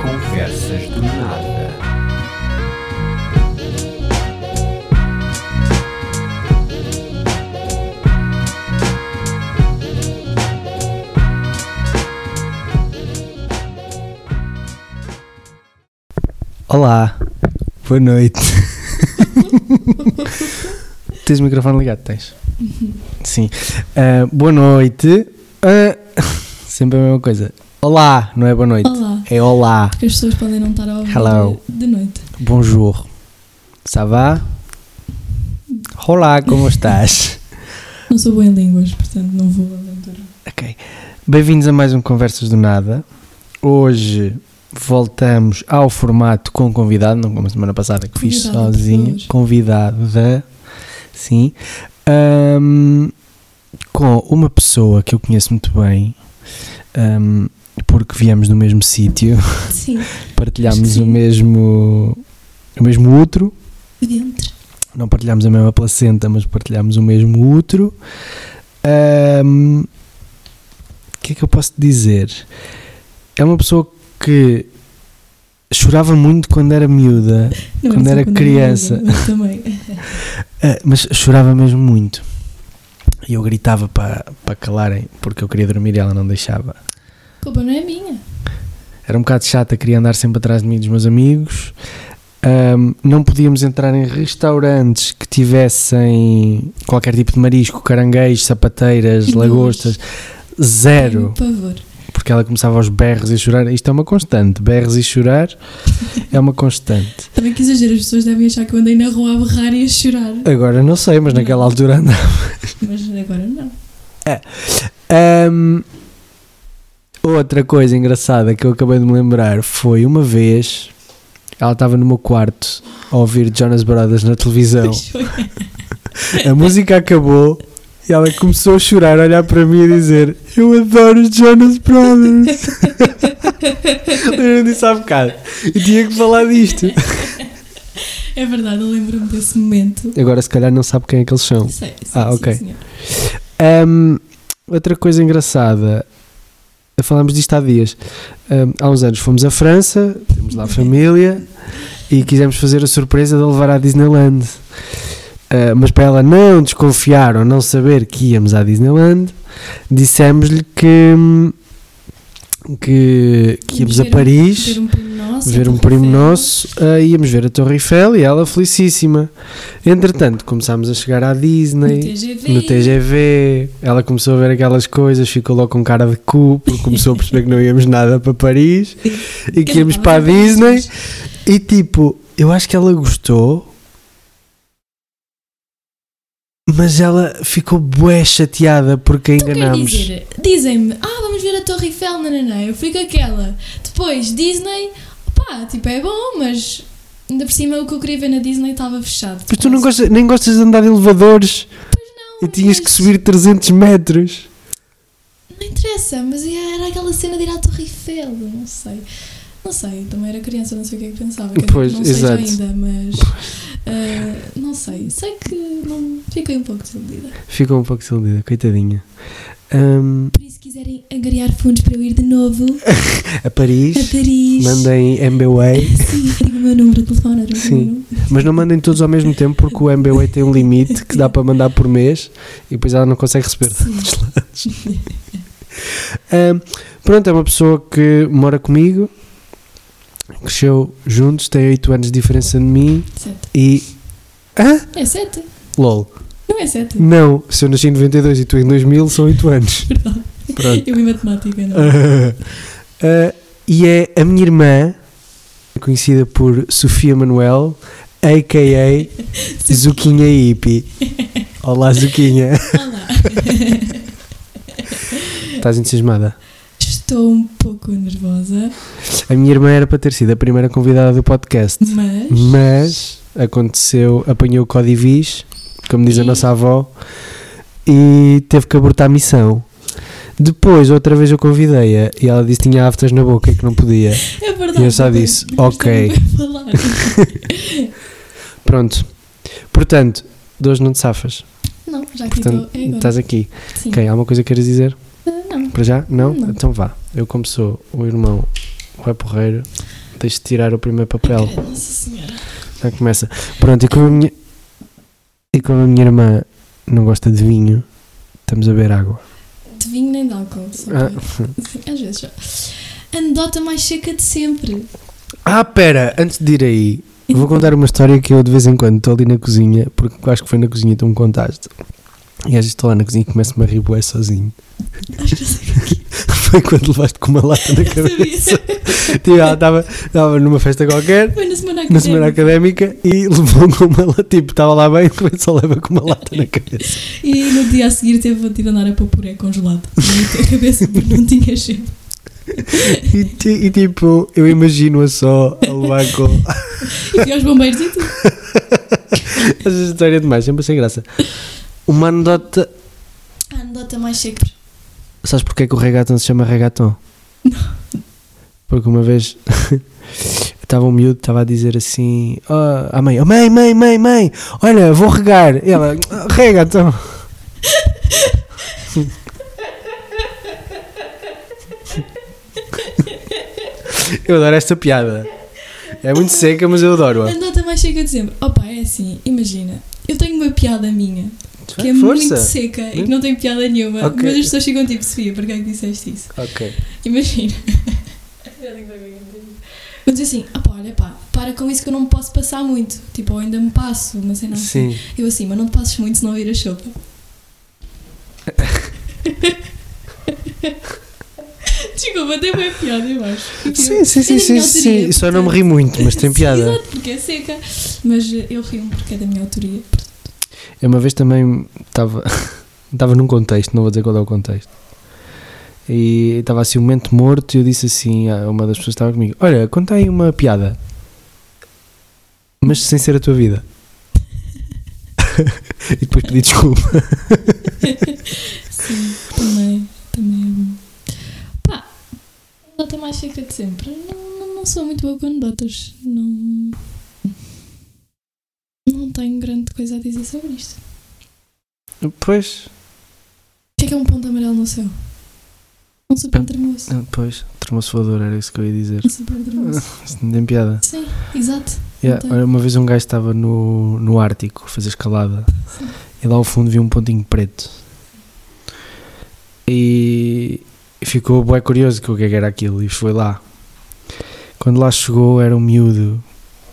Conversas do Nada. Olá, boa noite. tens o microfone ligado? Tens? Sim. Ah, boa noite. Ah, sempre a mesma coisa. Olá, não é boa noite. Olá, É olá. porque as pessoas podem não estar a ouvir Hello. de noite. Bonjour. Ça va? Olá, como estás? Não sou boa em línguas, portanto não vou aventurar. ok. Bem-vindos a mais um Conversas do Nada. Hoje voltamos ao formato com convidado, não como a semana passada que fiz Convidada, sozinho. pois. Convidada, sim. Ahm, com uma pessoa que eu conheço muito bem, ahm, porque viemos do mesmo sítio, Sim, partilhámos o sim. mesmo, o mesmo útero dentro. não partilhámos a mesma placenta, mas partilhámos o mesmo útero. Ahm, O que é que eu posso dizer? É uma pessoa que chorava muito quando era miúda, Não Quando só era miúda, criança. mas também. ah, mas chorava mesmo muito. E eu gritava para, para calarem, porque eu queria dormir e ela não deixava. A culpa não é minha. Era um bocado chata, queria andar sempre atrás de mim e dos meus amigos. Ahm, não podíamos entrar em restaurantes que tivessem qualquer tipo de marisco, caranguejos, sapateiras, Que nojo. lagostas. Zero. Por favor. Porque ela começava aos berros e a chorar. Isto é uma constante. Berros e chorar é uma constante. Também que exagero, as pessoas devem achar que eu andei na rua a berrar e a chorar. Agora não sei, mas naquela altura andava. Mas agora não. Ahm, outra coisa engraçada que eu acabei de me lembrar foi uma vez ela estava no meu quarto a ouvir Jonas Brothers na televisão. A música acabou e ela começou a chorar, a olhar para mim e dizer: Eu adoro os Jonas Brothers. Lembro-me disso há bocado. E tinha que falar disto. É verdade, eu lembro-me desse momento. Agora, se calhar, não sabe quem é que eles são. Sei, sei, Ah, sim, ok. senhor. Ahm, outra coisa engraçada. Falámos disto há dias. Ahm, há uns anos fomos à França, temos lá a família e quisemos fazer a surpresa de a levar à Disneyland. Ah, mas para ela não desconfiar ou não saber que íamos à Disneyland, dissemos-lhe que, hum, que, que íamos a Ver um- Paris Ver um primo nosso. ver um a primo Torre Eiffel. nosso, ah, íamos ver a Torre Eiffel e ela felicíssima. Entretanto, começámos a chegar à No Disney, TGV. no TGV, ela começou a ver aquelas coisas, ficou logo com cara de cu, porque começou a perceber que não íamos nada para Paris e que Eu íamos não para a tava bem, Disney. mas- é E tipo, eu acho que ela gostou, mas ela ficou bué chateada porque a Tu queres enganámos. dizer, dizem-me, ah, vamos ver a Torre Eiffel, nananã, eu fui com aquela. Depois, Disney, pá, tipo, é bom, mas ainda por cima o que eu queria ver na Disney estava fechado. Mas tu não gostas, nem gostas de andar em elevadores Não, é e tinhas que mas subir 300 metros. Não interessa, mas era aquela cena de ir à Torre Eiffel, não sei. Não sei, também era criança, não sei o que é que pensava. quer dizer, Pois, não seja exato. ainda, mas. ah, não sei, sei que não, fiquei um pouco desiludida. Ficou um pouco desiludida, coitadinha. Hum, Ahm, Por isso, se quiserem angariar fundos para eu ir de novo a a Paris, Paris. mandem MBWay, Sim, digo o meu número de telefone, era o Sim. meu número. mas não mandem todos ao mesmo tempo porque o MBWay tem um limite que dá para mandar por mês e depois ela não consegue receber. Sim. Ahm, pronto, é uma pessoa que mora comigo, cresceu juntos, tem 8 anos de diferença de mim Sete. e. Hã? É sete? LOL. Não é sete? Não, se eu nasci em 92 e tu em 2000, são 8 anos. Verdade. Pronto. Eu em matemática, não. é? Ah, e é a minha irmã, conhecida por Sofia Manuel, a.k.a. Zuquinha Hippie. Olá, Zuquinha. Olá. Estás entusiasmada? Estou um pouco nervosa, A minha irmã era para ter sido a primeira convidada do podcast, Uhum. mas. mas aconteceu, apanhou o Codivis, como diz a E- nossa avó, e teve que abortar a missão. Depois, outra vez eu convidei-a e ela disse que tinha aftas na boca e que não podia. É verdade. Eu só não tenho- disse, não tenho ok. para falar. Pronto. Portanto, de hoje não te safas. Não, já que Portanto, estou. É agora. estás aqui. Sim. Ok, há uma coisa que queiras dizer? Ah, não. Para já? Não? Não. Então vá. Eu como sou o irmão o é porreiro Tens de tirar o primeiro papel. Credo, É, Nossa Senhora. Já começa. Pronto, e como a minha, e como a minha irmã não gosta de vinho, estamos a beber água. De vinho nem de álcool. só Ah, que- assim, Às vezes já. Anedota mais seca de sempre. Ah, pera, antes de ir aí, vou contar uma história que eu de vez em quando estou ali na cozinha, porque acho que foi na cozinha que tu me contaste. E às vezes estou lá na cozinha e começo-me a rir bué sozinho. Acho que eu sei Foi quando levaste com uma lata na que cabeça. sabia. Tipo, ela estava- estava numa festa qualquer Foi na semana na semana académica. académica e levou com uma lata, tipo, estava lá bem, depois só leva com uma lata na cabeça. E no dia a seguir teve vontade de andar a pôr puré congelado na tua cabeça porque não tinha cheiro. E, ti- e, tipo, eu imagino-a só a levar com. E fui aos bombeiros e tudo. Essa história é demais, sempre sem graça. Uma anedota. A anedota mais seca. Sabes porque é que o regatão se chama regatão? Porque uma vez estava um miúdo, estava a dizer assim "Ah, à mãe: oh, Mãe, mãe, mãe, mãe, olha, vou regar. E ela: "Ah, Rega então. Eu adoro esta piada. É muito seca, mas eu A adoro-a. anedota mais seca de sempre. Opa, é assim, imagina. Eu tenho uma piada minha que é muito Força! seca e que não tem piada nenhuma, Ok. mas as pessoas ficam tipo, Sofia, porquê é que disseste isso? Ok. Imagina. Mas assim, ah pá, olha pá, para com isso que eu não me posso passar muito. Tipo, ou ainda me passo, mas sei não. Sim. Eu assim, mas não te passes muito se não vir a sopa. Desculpa, até bem piada, eu acho. Sim, sim, sim, É da sim, minha sim. autoria, Só não me portanto. ri muito, mas tem Sim, piada. Exato, porque é seca. Mas eh, eu rio-me porque é da minha autoria. Eu É uma vez também estava estava num contexto, não vou dizer qual é o contexto. E estava assim um momento morto e eu disse assim a uma das pessoas que estava comigo: Olha, conta aí uma piada, mas sem ser a tua vida. e depois pedi desculpa. Sim, também. Também é bom. Pá, nota mais seca de sempre. Não, não, não sou muito boa com notas. Não. Não tenho grande coisa a dizer sobre isto. Pois, O que é que é um ponto amarelo no céu? Um super tremoso. pois, termoço voador, era isso que eu ia dizer. Um super tremoso. Isso não tem piada. Sim, exato. Yeah, Então. olha, uma vez um gajo estava no, no Ártico a fazer escalada Sim. e lá ao fundo vi um pontinho preto e ficou bué curioso com o que é que era aquilo e foi lá. Quando lá chegou era um miúdo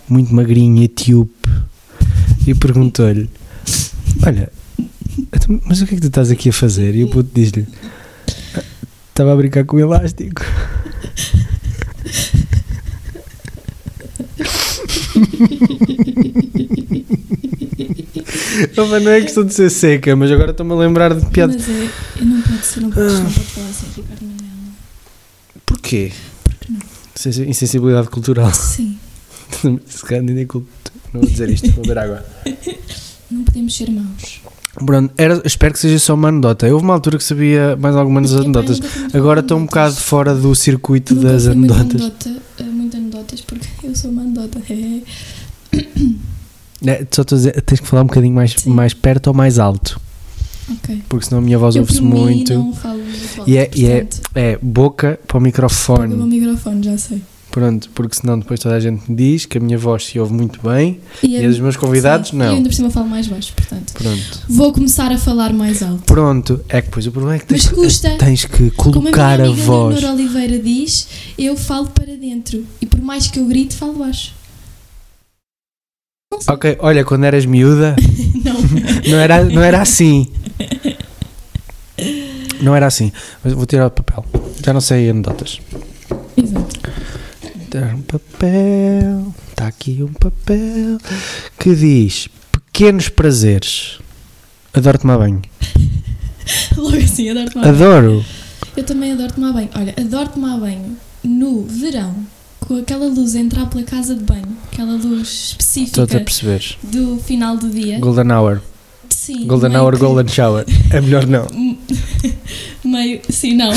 muito magrinho, etíope e perguntou-lhe olha, então, mas o que é que tu estás aqui a fazer? E o puto diz-lhe "Ah, estava a brincar com o elástico. Opa, não é questão de ser seca, mas agora estou-me a lembrar de piada. Ah. Mas é, eu não pode ser, não pode, não pode falar assim, Ricardo Manela. Porquê? Porque não? Sensi- Insensibilidade cultural. Sim, Se calhar nem é culto. Não vou dizer isto, vou beber água. não podemos ser maus. Pronto, era- espero que seja só uma anedota. Houve uma altura que sabia mais algumas Epá, eu anedotas. nunca fui muito Agora boa com estou um anedotas. bocado fora do circuito é Nunca das fui muito anedotas. anedota, eh, muito anedotas, porque eu sou uma anedota. É. É, só estou a dizer, tens que falar um bocadinho mais, Sim. mais perto ou mais alto. Ok. Porque senão a minha voz eu ouve-se por mim muito. não falo muito alto, E é- e é portanto, É, boca para o pega o meu microfone. microfone, já sei. Pronto, porque senão depois toda a gente me diz que a minha voz se ouve muito bem E, e é- a dos meus convidados sim, Eu não. ainda por cima falo mais baixo, portanto. Pronto. Vou começar a falar mais alto. Pronto, é que pois o problema é que tens, Mas custa. tens que Como colocar a a, minha amiga voz. Leonor Oliveira diz, eu falo para dentro. E por mais que eu grite, falo baixo. Não sei. Ok, olha, quando eras miúda não. não era, não era assim. Não era assim. Mas Vou tirar o papel. Já não sei anedotas. Exato. Tirar um papel. Está aqui um papel que diz pequenos prazeres. Adoro tomar banho. Logo assim, adoro tomar Adoro. Eu também adoro tomar banho. Olha, adoro tomar banho no verão, com aquela luz a entrar pela casa de banho, aquela luz específica Estou-te a perceber. do final do dia. Golden Hour. Sim. Golden meio Hour, que- Golden Shower. É melhor não. Um, Meio. Sim, não.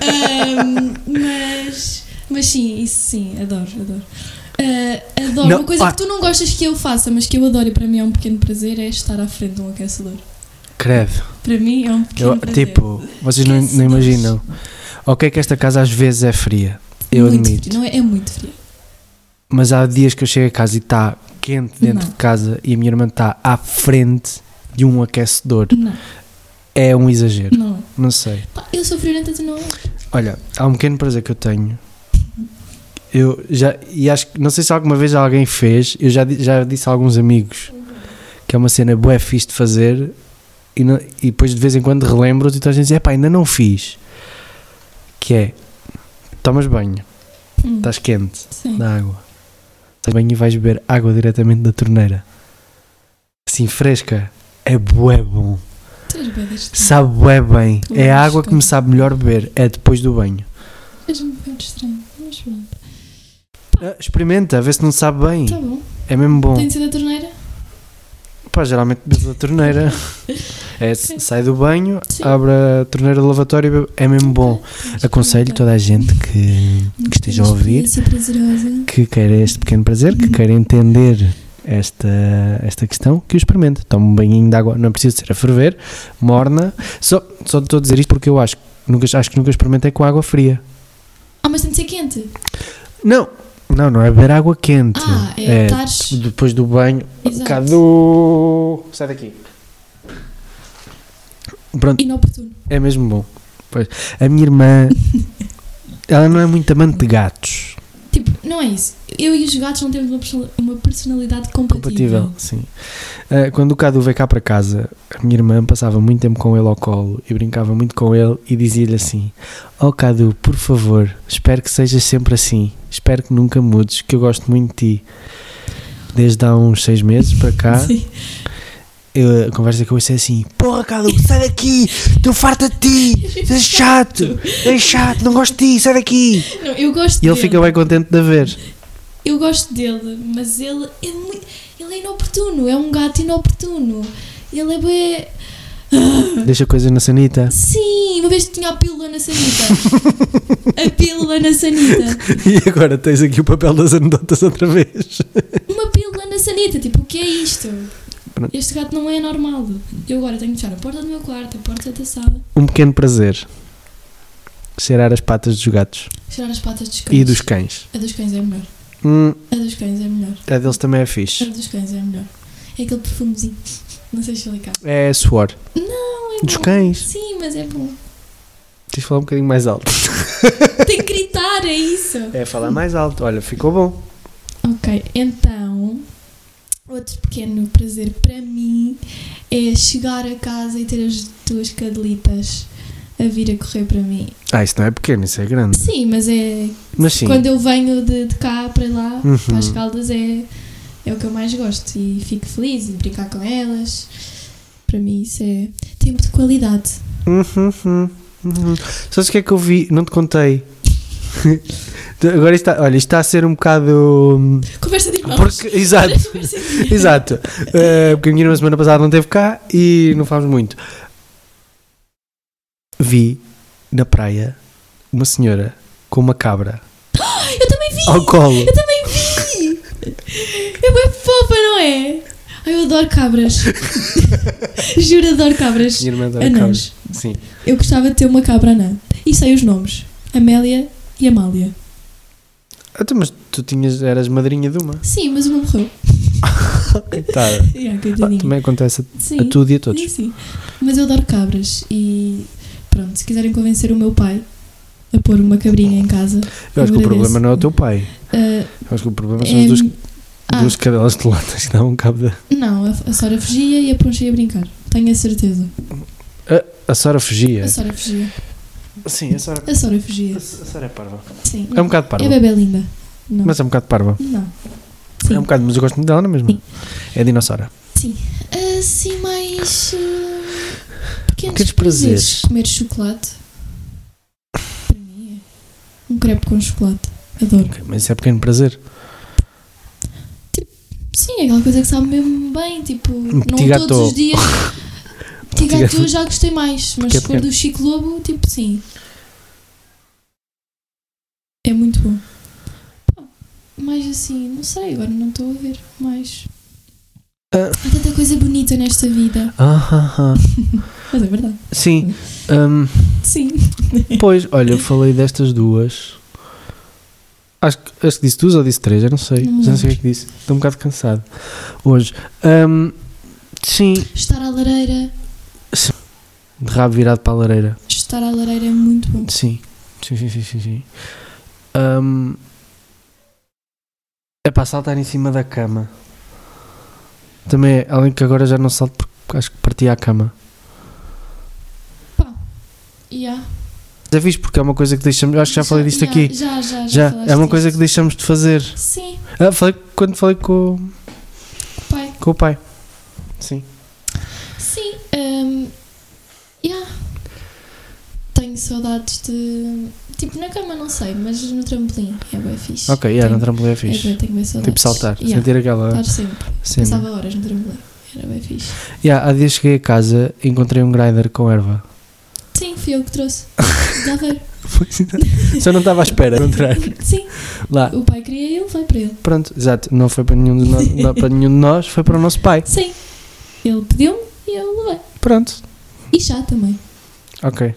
Ahm, mas. Mas sim, isso sim, adoro, adoro. Ah, adoro. Não, Uma coisa ah. que tu não gostas que eu faça, mas que eu adoro e para mim é um pequeno prazer é estar à frente de um aquecedor. Credo. Para mim é um Eu- pequeno prazer. tipo, vocês não, não Esquece-nos. imaginam. Ok, que esta casa às vezes é fria. Eu muito admito. frio. Não é, é muito frio. Mas há dias que eu chego a casa e está quente dentro Não. de casa e a minha irmã está à frente de um aquecedor. Não, É um exagero. não é. Não sei. Pá, eu sou friorenta, tu não é. Olha, há um pequeno prazer que eu tenho. Eu já, e acho que, não sei se alguma vez alguém fez, eu já, di- já disse a alguns amigos que é uma cena bué fixe de fazer e, não- e depois de vez em quando relembro-te e tu a gente diz, epá, ainda não fiz. Que é, tomas banho, Hum, estás quente Sim. da água, estás banho e vais beber água diretamente da torneira. Assim, fresca, é bué bom, Tu és bué deste- sabe bué bem, Tu é a água gostas. que me sabe melhor beber, é depois do banho. És um bocado estranho. Mas pronto. Ah, Experimenta, vê se não sabe bem. Tá bom. É mesmo bom. Tem de ser da torneira? Pá, geralmente bebe da torneira. É, s- sai do banho, Sim. abre a torneira do lavatório e bebe. É mesmo Ah, bom. Aconselho toda a gente que, que esteja a ouvir, Experiência prazerosa. que queira este pequeno prazer, que queira entender esta, esta questão, que o experimente. Toma um banhinho de água, não precisa ser a ferver, morna. Só, só estou a dizer isto porque eu acho, que nunca, acho que nunca experimentei com água fria. Ah, mas tem de ser quente. Não, não, não é beber água quente. Ah, é, tares. depois do banho, Exato. Cadu! Sai daqui. Pronto, Inoportuno. é mesmo bom. Pois. A minha irmã, ela não é muito amante de gatos. Tipo, não é isso. Eu e os gatos não temos uma persona- uma personalidade compatível. Compatível, sim. Ah, quando o Cadu veio cá para casa, a minha irmã passava muito tempo com ele ao colo e brincava muito com ele e dizia-lhe assim: Oh Cadu, por favor, espero que sejas sempre assim. Espero que nunca mudes, que eu gosto muito de ti. Desde há uns seis meses para cá, Sim. Eu- a conversa que eu ouço é assim: Porra, Cadu, sai daqui, estou farta de ti, és chato, és chato, não gosto de ti, sai daqui. Não, eu gosto E ele dele. fica bem contente de a ver. Eu gosto dele, mas ele é muito. Ele é inoportuno, é um gato inoportuno. Ele é bué. Deixa coisas na sanita. Sim, uma vez tinha a pílula na sanita. a pílula na sanita. E agora tens aqui o papel das anedotas outra vez. Uma pílula na sanita, tipo, o que é isto? Pronto. Este gato não é normal. Eu agora tenho de fechar a porta do meu quarto, a porta da sala, Um pequeno prazer: cheirar as patas dos gatos tirar as patas dos cães. e dos cães. A dos cães é melhor. Hum, A dos cães é melhor. a deles também é A fixe. dos cães é melhor. É aquele perfumezinho. Não sei explicar. É suor. Não, é Dos bom. cães? Sim, mas é bom. Tens de falar um bocadinho mais alto. Tem que gritar, é isso. É falar mais alto. Olha, ficou bom. Ok, então outro pequeno prazer para mim é chegar a casa e ter as duas cadelitas a vir a correr para mim. Ah, isso não é pequeno, isso é grande. Sim, mas é Mas sim. quando eu venho de, de cá para lá, Uhum. para as caldas é, é o que eu mais gosto e fico feliz em brincar com elas. Para mim isso é tempo de qualidade. Uhum, uhum, uhum. Sabes o que é que eu vi? Não te contei. Agora isto está, olha, isto está a ser um bocado. hum, Conversa de irmãos. Porque, exato, Conversa de irmãos. exato. Eh, porque a minha irmã semana passada não esteve cá e não falámos muito. Vi na praia uma senhora com uma cabra "Ah, Eu também vi! ao colo. Eu também vi! É bem fofa, não é? Ai, eu adoro cabras. Juro, adoro cabras. Minha irmã adora cabras. Anãs. Sim. Eu gostava de ter uma cabra anã. E sei os nomes. Amélia e Amália. Ah, tu, mas tu tinhas, eras madrinha de uma. Sim, mas uma morreu. Tá. Yeah, Ah, coitadinha. também acontece a, Sim. a tudo e a todos. Sim, sim. Mas eu adoro cabras. E pronto, se quiserem convencer o meu pai a pôr uma cabrinha em casa... Eu acho que o agradeço. problema não é o teu pai. Ah, Eu acho que o problema são os em- dos Ah. Duas cadelas de latas que davam cabo da. Não, a, a Sora fugia e a Poncha ia brincar. Tenho a certeza. A Sara fugia. A Sora fugia. Sim, a Sara. A Sora fugia. é parva. Sim. É um bocado parva. É bebê linda. Não. Mas é um bocado parva. Não. Sim. É um bocado, mas eu gosto muito dela, não é mesmo? Sim. É dinossauro. Sim. Assim mais. ah, pequenos Pequenos prazeres. Comer chocolate. Para mim é. Um crepe com chocolate. Adoro. Ok, mas isso é pequeno prazer. Sim, é aquela coisa que sabe mesmo bem. Tipo, não petit gâteau. todos os dias. Petit Petit gâteau gâteau. eu já gostei mais. Mas Porque é se for do pequeno. Chico Lobo, tipo, sim. É muito bom. Pá, Mas assim, não sei, agora não estou a ver mais. Ah. Há tanta coisa bonita nesta vida. Ah, ah, ah. Mas é verdade. Sim. hum, Ahm, Sim. pois, olha, eu falei destas duas. Acho, que- acho que disse duas ou disse três, eu não sei. Não me já não sei o que é que disse. Estou um bocado cansado hoje. Ahm, sim, Estar à lareira. de rabo virado para a lareira. Estar à lareira é muito bom. Sim, sim, sim, sim, sim. sim. Ahm, é para saltar em cima da cama. Também é, além que agora já não salto porque acho que parti à cama. Yeah. Já fiz porque é uma coisa que deixamos. Eu acho que já falei disto yeah, aqui. Já, já, já. Já, falaste é uma coisa que disto. deixamos de fazer. Sim, Ah, falei quando falei com, o- pai. com o pai. Sim. Sim. hum, yeah. Tenho saudades de. Tipo, na cama não sei, mas no trampolim é bem fixe. Ok, yeah, tenho, no trampolim é É fixe. bué, tenho bem saudades. tipo saltar, Yeah, sentir aquela estar sempre. cena. Passava horas no trampolim. Era bem fixe. Yeah, há dias cheguei a casa e encontrei um grinder com erva. Sim, fui eu que trouxe. Já veio. Só não estava à espera. encontrar. Sim, Lá. o pai queria e ele foi para ele. Pronto, exato. Não foi para nenhum de nós, não, para nenhum de nós foi para o nosso pai. Sim. Ele pediu-me e eu levei. Pronto. E chá também. Ok.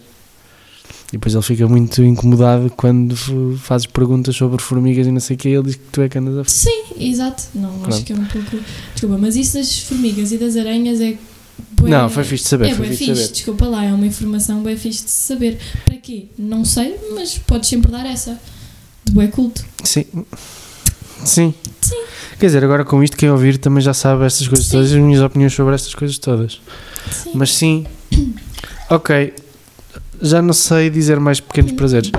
E depois ele fica muito incomodado quando f- fazes perguntas sobre formigas e não sei o que. Ele diz que tu é que andas a f... Sim, exato. Não, acho Pronto. que é um pouco. Desculpa, mas isso das formigas e das aranhas é. bué- Não, foi fixe de saber. é foi bem fixe fixe, de saber. desculpa lá, é uma informação bem fixe de saber. Para quê? Não sei, mas podes sempre dar essa. De bué culto. Sim. Sim. Sim. Quer dizer, agora com isto, quem ouvir também já sabe estas coisas Sim. todas, as minhas opiniões sobre estas coisas todas. Sim. Mas sim. Ok. Já não sei dizer mais pequenos prazeres.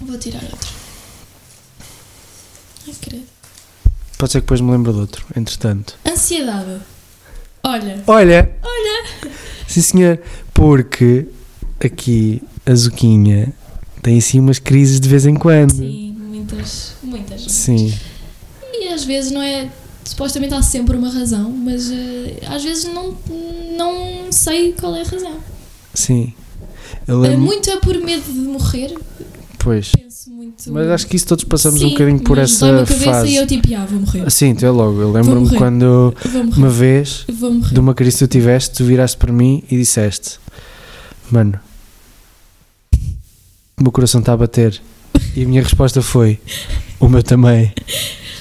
Vou tirar outro. Ai, credo. Pode ser que depois me lembre de outro, entretanto. Ansiedade. Olha, Olha! Olha! Sim, senhor. Porque aqui a Zuquinha tem assim umas crises de vez em quando. sim, muitas, muitas. Sim. E às vezes não é. Supostamente há sempre uma razão, mas eh, às vezes não, não sei qual é a razão. Sim. Eu Eh, lembro. Muito é por medo de morrer, Pois. penso muito. Mas acho que isso todos passamos um Sim, bocadinho por mas dói-me essa a cabeça fase. E eu tipo, ah, vou morrer. Sim, tu é logo. Eu Vou lembro-me morrer. quando Vou morrer. uma vez Vou morrer. de uma crise que tu tiveste, tu viraste para mim e disseste: Mano, o meu coração está a bater. E a minha resposta foi: O meu também.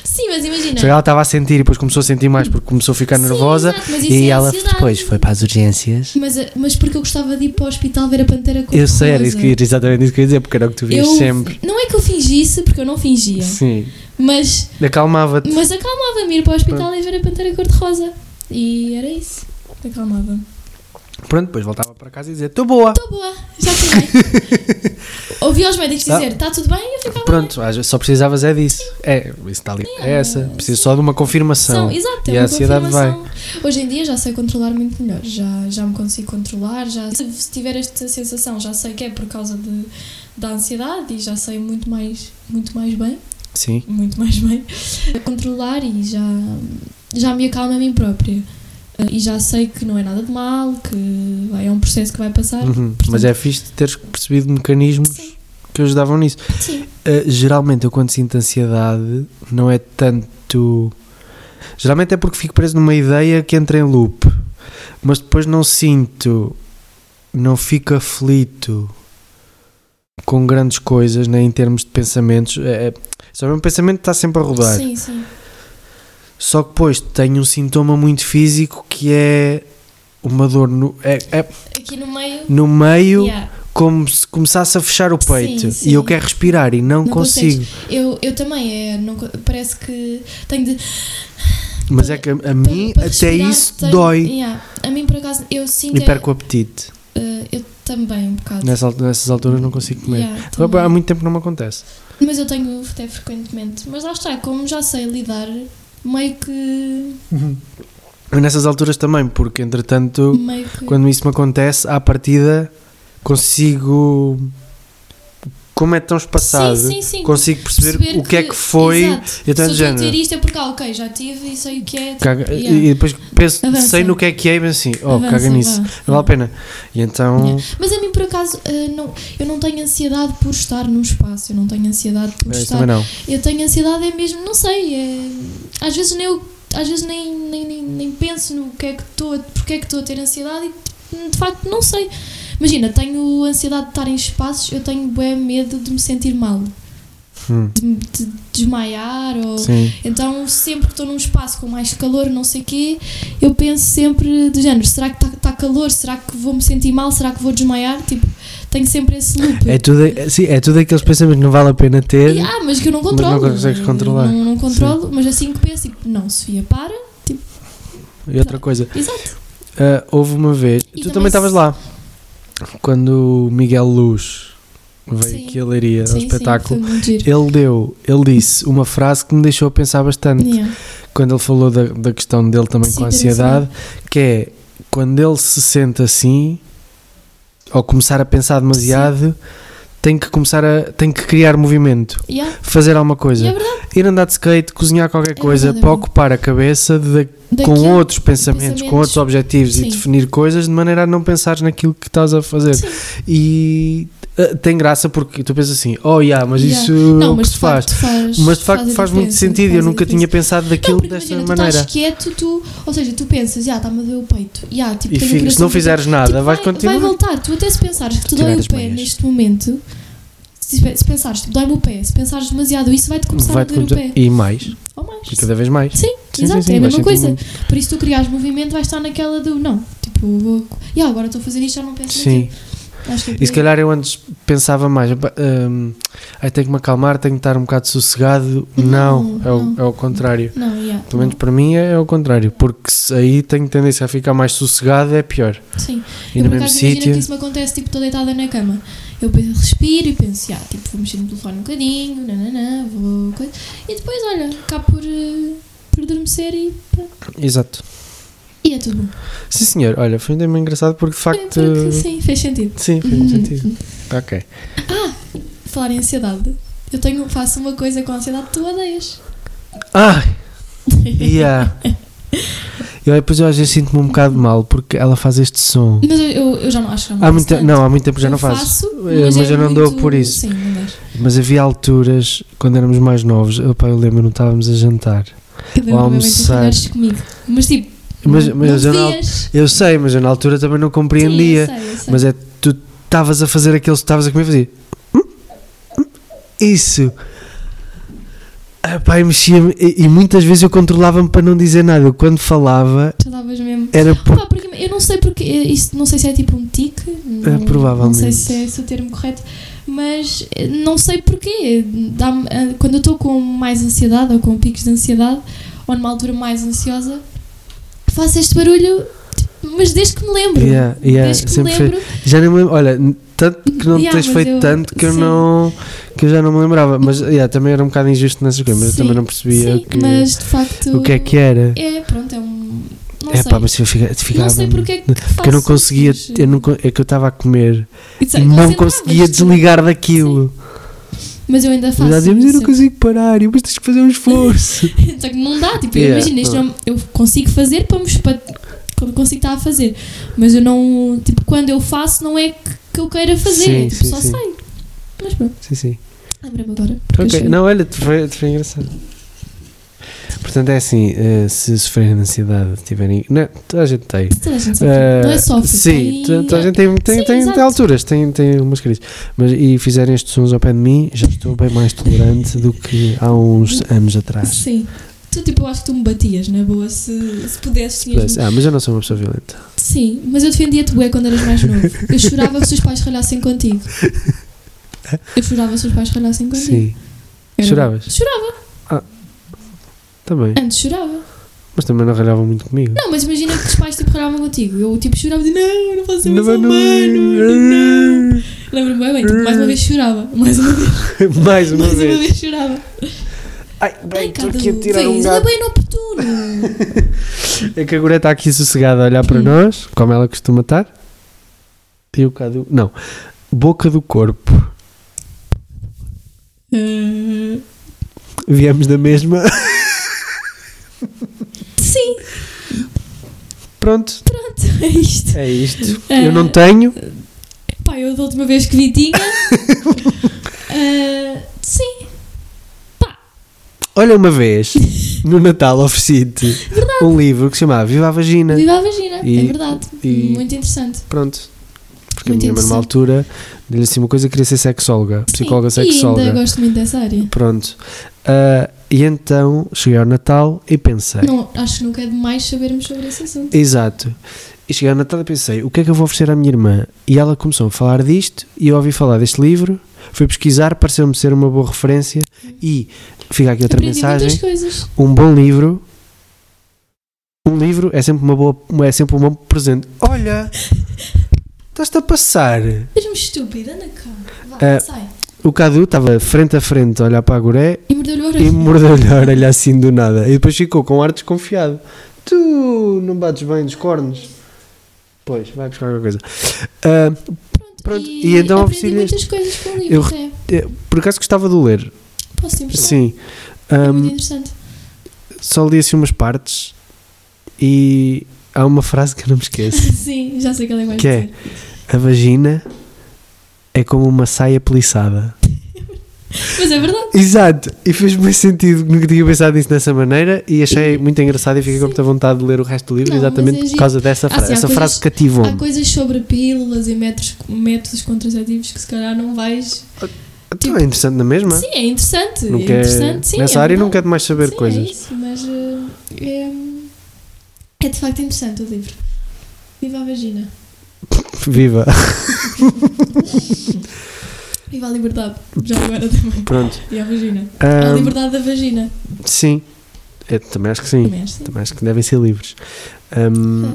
Sim, mas imagina. Só que ela estava a sentir e depois começou a sentir mais porque começou a ficar Sim, nervosa. exato, mas isso E é ela ansiedade. depois foi para as urgências. Mas, eh, mas porque eu gostava de ir para o hospital ver a pantera com Eu sei, era isso que, era exatamente isso que eu ia dizer, porque era o que tu vias é. Eu- sempre. Não é que eu fingisse, porque eu não fingia, Sim, mas acalmava-te. Mas acalmava-me ir para o hospital e ver a pantera cor-de-rosa. E era isso. Acalmava-me. Pronto, depois voltava para casa e dizia: Estou boa. Estou boa, já estou bem. Ouvi aos médicos Ah. dizer: está tudo bem? Eu ficava Pronto, às vezes só precisavas é disso. É, isso está ali. É essa. Precisa só de uma confirmação. São, exato, E é a uma ansiedade confirmação. Hoje em dia já sei controlar muito melhor, já, já me consigo controlar, já, se se tiver esta sensação já sei que é por causa de, da ansiedade e já sei muito mais, muito mais bem, Sim, muito mais bem, controlar e já, já me acalmo a mim própria. E já sei que não é nada de mal, que vai- é um processo que vai passar. Uhum. mas é fixe de teres percebido mecanismos Sim, que ajudavam nisso. sim. Uh, geralmente eu quando sinto ansiedade não é tanto. Geralmente é porque fico preso numa ideia que entra em loop, mas depois não sinto, não fico aflito com grandes coisas, nem em termos de pensamentos. É, é, só o meu pensamento está sempre a rodar. Sim, sim. Só que depois tenho um sintoma muito físico que é uma dor no, é, é Aqui no meio. no meio, yeah. como se começasse a fechar o Sim, peito sim. e eu quero respirar e não, Não consigo. Eu, eu também, é, não co- parece que tenho de. Mas Para- é que a, a para- mim para até respirar, isso tenho- dói Yeah. A mim, por acaso, eu sinto. e é- perco o apetite. eh, eu também, um bocado. Nessa, al- nessas alturas não consigo comer. Yeah, Há- também. Há muito tempo não me acontece. Mas eu tenho até frequentemente. Mas lá está, como já sei lidar, meio que. Mas nessas alturas também, porque entretanto, Meio que. quando isso me acontece, à partida consigo. Como é tão espaçado, sim, sim, sim. consigo perceber, o que, é que foi. Exato. eu tenho Se eu género. dizer isto é porque, ah, ok, já tive e sei o que é. tipo, Caga- yeah. E depois penso, Avança. sei no que é que é, e penso assim, oh, Avança, caga nisso, vá. não vale a pena. E então, Yeah. Mas a mim, por acaso, eh, não, eu não tenho ansiedade por estar num espaço, eu não tenho ansiedade por é, isso estar. também não. Eu tenho ansiedade é mesmo, não sei, é, às vezes nem eu, às vezes nem, nem, nem, nem penso no que é que estou, a- porque é que estou a ter ansiedade e tipo, de facto não sei. Imagina, tenho ansiedade de estar em espaços, eu tenho bué medo de me sentir mal. Hum, de, de desmaiar ou sim. então, sempre que estou num espaço com mais calor, não sei o quê, eu penso sempre do género: será que está calor? Será que vou me sentir mal? Será que vou desmaiar? Tipo, tenho sempre esse loop. É tudo, sim, é tudo aqueles pensamentos que não vale a pena ter. E, ah, mas que eu não Mas não controlo. consegues controlar. Não, não controlo, mas assim que penso, tipo, não, Sofia, para. E outra coisa, Exato. ah, houve uma vez. E tu também também estavas se- lá. Quando o Miguel Luz veio Sim. aqui a Leiria, ao Sim, um espetáculo, Sim, foi muito giro. ele deu, ele disse uma frase que me deixou a pensar bastante. Yeah. Quando ele falou da, da questão dele também com a Consideração. ansiedade, que é quando ele se sente assim, ou começar a pensar demasiado, tem que começar a. tem que criar movimento, Yeah. fazer alguma E é coisa. verdade. Ir andar de skate, cozinhar qualquer É coisa verdade, é para verdade. ocupar a cabeça de- com Daquilo- outros pensamentos, com outros um pensamentos. objetivos Sim. e definir coisas de maneira a não pensares naquilo que estás a fazer. Sim. E eh, tem graça porque tu pensas assim, oh yeah, mas Yeah. isso é Não, o que mas se de faz. facto faz. Mas de facto a faz, muito diferença, sentido, faz eu a nunca diferença. tinha pensado Não, daquilo porque desta imagina, tu maneira. estás quieto, tu, ou seja, tu pensas, já está-me a doer o peito, já, tipo, E tenho fica- o se não coração- fizeres nada, Tipo, vais vai, continuar. Vai voltar, tu até se pensares que te Tirar dói as o pé meias. neste momento, se, se pensares, tipo, dói-me o pé, se pensares demasiado isso, vai-te começar Vai a doer o pé. E mais, Ou mais. e cada vez mais. Sim, Sim, exato, sim, sim, é vais a mesma sentir coisa. muito. Por isso tu criares movimento, vais estar naquela do não, tipo, vou, e agora estou a fazer isto, já não penso Sim. naquilo. Acho que é por E se aí. calhar eu antes pensava mais, "Epá, hum, ai tenho que me acalmar, tenho que estar um bocado sossegado. Uhum. Não, Não, é, o, não. é o contrário. Não, yeah, Pelo menos para mim é, o contrário, porque se aí tenho tendência a ficar mais sossegado, é pior. Sim. E eu no por mesmo acaso imagino sítio. que isso me acontece, tipo, estou deitada na cama. Eu penso, respiro e penso, ah, tipo, vou mexer no telefone um bocadinho, nananã, vou... coisa. E depois, olha, cá por, eh, por adormecer e pronto. Exato. E é tudo bom. Sim, senhor. Olha, foi um tema engraçado porque de É, facto. porque, sim, Uhum. fez sentido. Sim, fez muito sentido. Ok. Falar em ansiedade. Eu tenho, faço uma coisa com a ansiedade que tu odeias. Ah! Yeah. Eu depois eu às vezes sinto-me um bocado mal porque ela faz este som. Mas eu, eu, eu já não acho que é um Há muito tempo, constante. não, há muito tempo já Eu não faço. Eh, mas, mas é eu não dou muito- por isso. Sim, não dás. Mas havia alturas, quando éramos mais novos, opá, eu lembro, não estávamos a jantar. Que deu Ou normalmente tu almoçar. falhares comigo. Mas tipo, Mas- não, mas não eu não- devias. Eu sei, mas eu na altura também não compreendia. Sim, eu sei, eu sei. mas é, tu estavas a fazer aquilo que estavas a comer e fazia. Isso. Epá, e mexia-me. E, e muitas vezes eu controlava-me para não dizer nada. Eu quando falava, Tu davas mesmo. era por. Pá, porque eu não sei porque eh, isso não sei se é tipo um tic, não, não É, provavelmente. sei se é esse o termo correto, mas eh, não sei porquê. Dá-me, eh, quando eu estou com mais ansiedade ou com picos de ansiedade, ou numa altura mais ansiosa, faço este barulho, tipo, mas desde que me lembro. Yeah, yeah, desde que me sempre lembro, Já nem me lembro. Olha, n- tanto que não Yeah, tens mas feito eu- tanto que eu sim. não. que eu já não me lembrava. Mas yeah, também era um bocado injusto nessas coisas. Mas Sim, eu também não percebia sim, o que- mas de facto. o que é que era. é, pronto, é um. Não É sei. pá, mas eu fica- ficava. não sei porque é que Porque eu não faço, conseguia, mas, eu não, con- é que eu estava a comer Isso é- e isso é não normal, conseguia mas- desligar daquilo. Mas eu ainda faço. Já dizíamos, eu não isso. consigo parar, eu, mas tens que fazer um esforço. Só que não dá, tipo, Yeah. imagina, isto não- eu consigo fazer para, mos- para como consigo estar a fazer, mas eu não, tipo, quando eu faço não é que, que eu queira fazer, Sim, é, tipo, sim, só sim. sei. Mas pronto, sim, sim. lembra-me agora. Ok, Depois- não, olha, te foi, te foi engraçado. Portanto, é assim, eh, se sofrerem de ansiedade, tiverem. Não, é? toda a gente tem. Toda a gente sofre. Eh, não é só Sim, tem- toda- toda a gente tem, tem, Sim, tem, exato. tem alturas, tem, tem umas crises. Mas e fizerem estes sons ao pé de mim, já estou bem mais tolerante do que há uns anos atrás. Sim. Tu, tipo, eu acho que tu me batias, na boa, se, se pudesses. tinhas- Ah, mas eu não sou uma pessoa violenta. Sim, mas eu defendia-te bué quando eras mais novo. Eu chorava se os teus pais ralhassem contigo. Eu chorava se os pais ralhassem contigo. Sim, Era- Choravas? Ah, Chorava, também. antes chorava. Mas também não ralhavam muito comigo. Não, mas imagina que os pais tipo ralhavam contigo. Eu tipo chorava de não, não posso ser mais Não, não, é é? humano. não." Lembro-me bem, bem, tipo, mais uma vez chorava. Mais uma Mais vez, uma mais uma vez. vez chorava. Ai, bem, Ai, estou Cadu, aqui a tirar um vês, é gato. bem inoportuno. É que a Guré está aqui sossegada a olhar para Hum. nós, como ela costuma estar. E o Cadu. Não. Boca do corpo. Eh, Viemos da mesma. sim, Pronto, é isto. é isto. Eh, Eu não tenho. Pá, eu da última vez que vi tinha. Eh, sim, Olha, uma vez, no Natal, ofereci-te verdade. um livro que se chamava Viva a Vagina. Viva a vagina, E- é verdade. e- Muito interessante. Pronto. Porque que a Muito minha mãe, numa interessante. altura, deu-lhe assim uma coisa, queria ser sexóloga, psicóloga Sim, sexóloga. E ainda gosto muito dessa área. Pronto. Ah, e então cheguei ao Natal e pensei. Não, acho que nunca é demais sabermos sobre esse assunto. Exato. E cheguei ao Natal e pensei, o que é que eu vou oferecer à minha irmã? E ela começou a falar disto e eu ouvi falar deste livro, fui pesquisar, pareceu-me ser uma boa referência e fica aqui outra Aprendi mensagem. muitas coisas. Um bom livro. Um livro é sempre uma boa, é sempre um bom presente. Olha, estás-te a passar. Diz-me estúpida, anda cá. Vá, Ah. sai. O Cadu estava frente a frente a olhar para a Goré E mordeu-lhe o e orelha. mordeu-lhe a orelha assim do nada. E depois ficou com ar desconfiado. Tu não bates bem dos cornos? Pois, vai buscar qualquer coisa. Ah, pronto, e então aprendi ofereci-lhe muitas coisas com o livro, Eu- até. por acaso gostava de o ler. Posso te emprestar? Sim. É Ah, muito interessante. só li assim umas partes e há uma frase que eu não me esqueço. Sim, já sei que ele vai Que é? dizer. A vagina é como uma saia peliçada. Mas é verdade. Exato, e fez muito sentido, nunca tinha pensado nisso dessa maneira e achei muito engraçado e fiquei com Sim. muita vontade de ler o resto do livro Não, mas exatamente é por giro. causa dessa Ah, frase. sim, há Essa coisas- frase cativou Há coisas sobre pílulas e métodos, métodos contraceptivos que se calhar não vais. Então é interessante na mesma. Sim, é interessante. Não é quer- interessante sim, nessa é área não verdade. quero mais saber Sim, É coisas. isso, mas uh, é, é de facto interessante o livro. Viva a vagina. Viva! É Viva a liberdade. Já agora também. Pronto. Hum. E a vagina. a Ahm, liberdade da vagina. sim, Eu também acho que sim. Também acho sim. Também acho que devem ser livros. Ahm,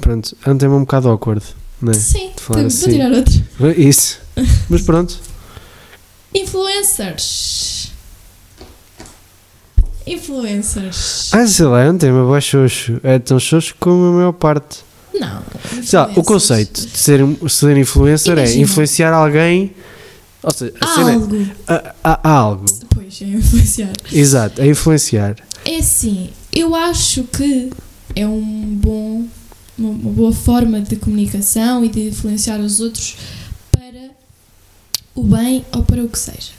pronto, é um tema um bocado awkward, não é? Sim, de vou falar assim. vou tirar outro. Isso. Mas pronto, Influencers. Influencers. ah, sei lá, é um tema bem xoxo. É tão xoxo como a maior parte. Não. Sei lá, o influencers. conceito de ser, de ser influencer é Imagina. influenciar alguém. Ou seja, a Há cena é- Ah, algo. há- há- há algo. Pois, é influenciar. Exato, é influenciar. É assim, eu acho que é um bom, uma uma boa forma de comunicação e de influenciar os outros para o bem ou para o que seja.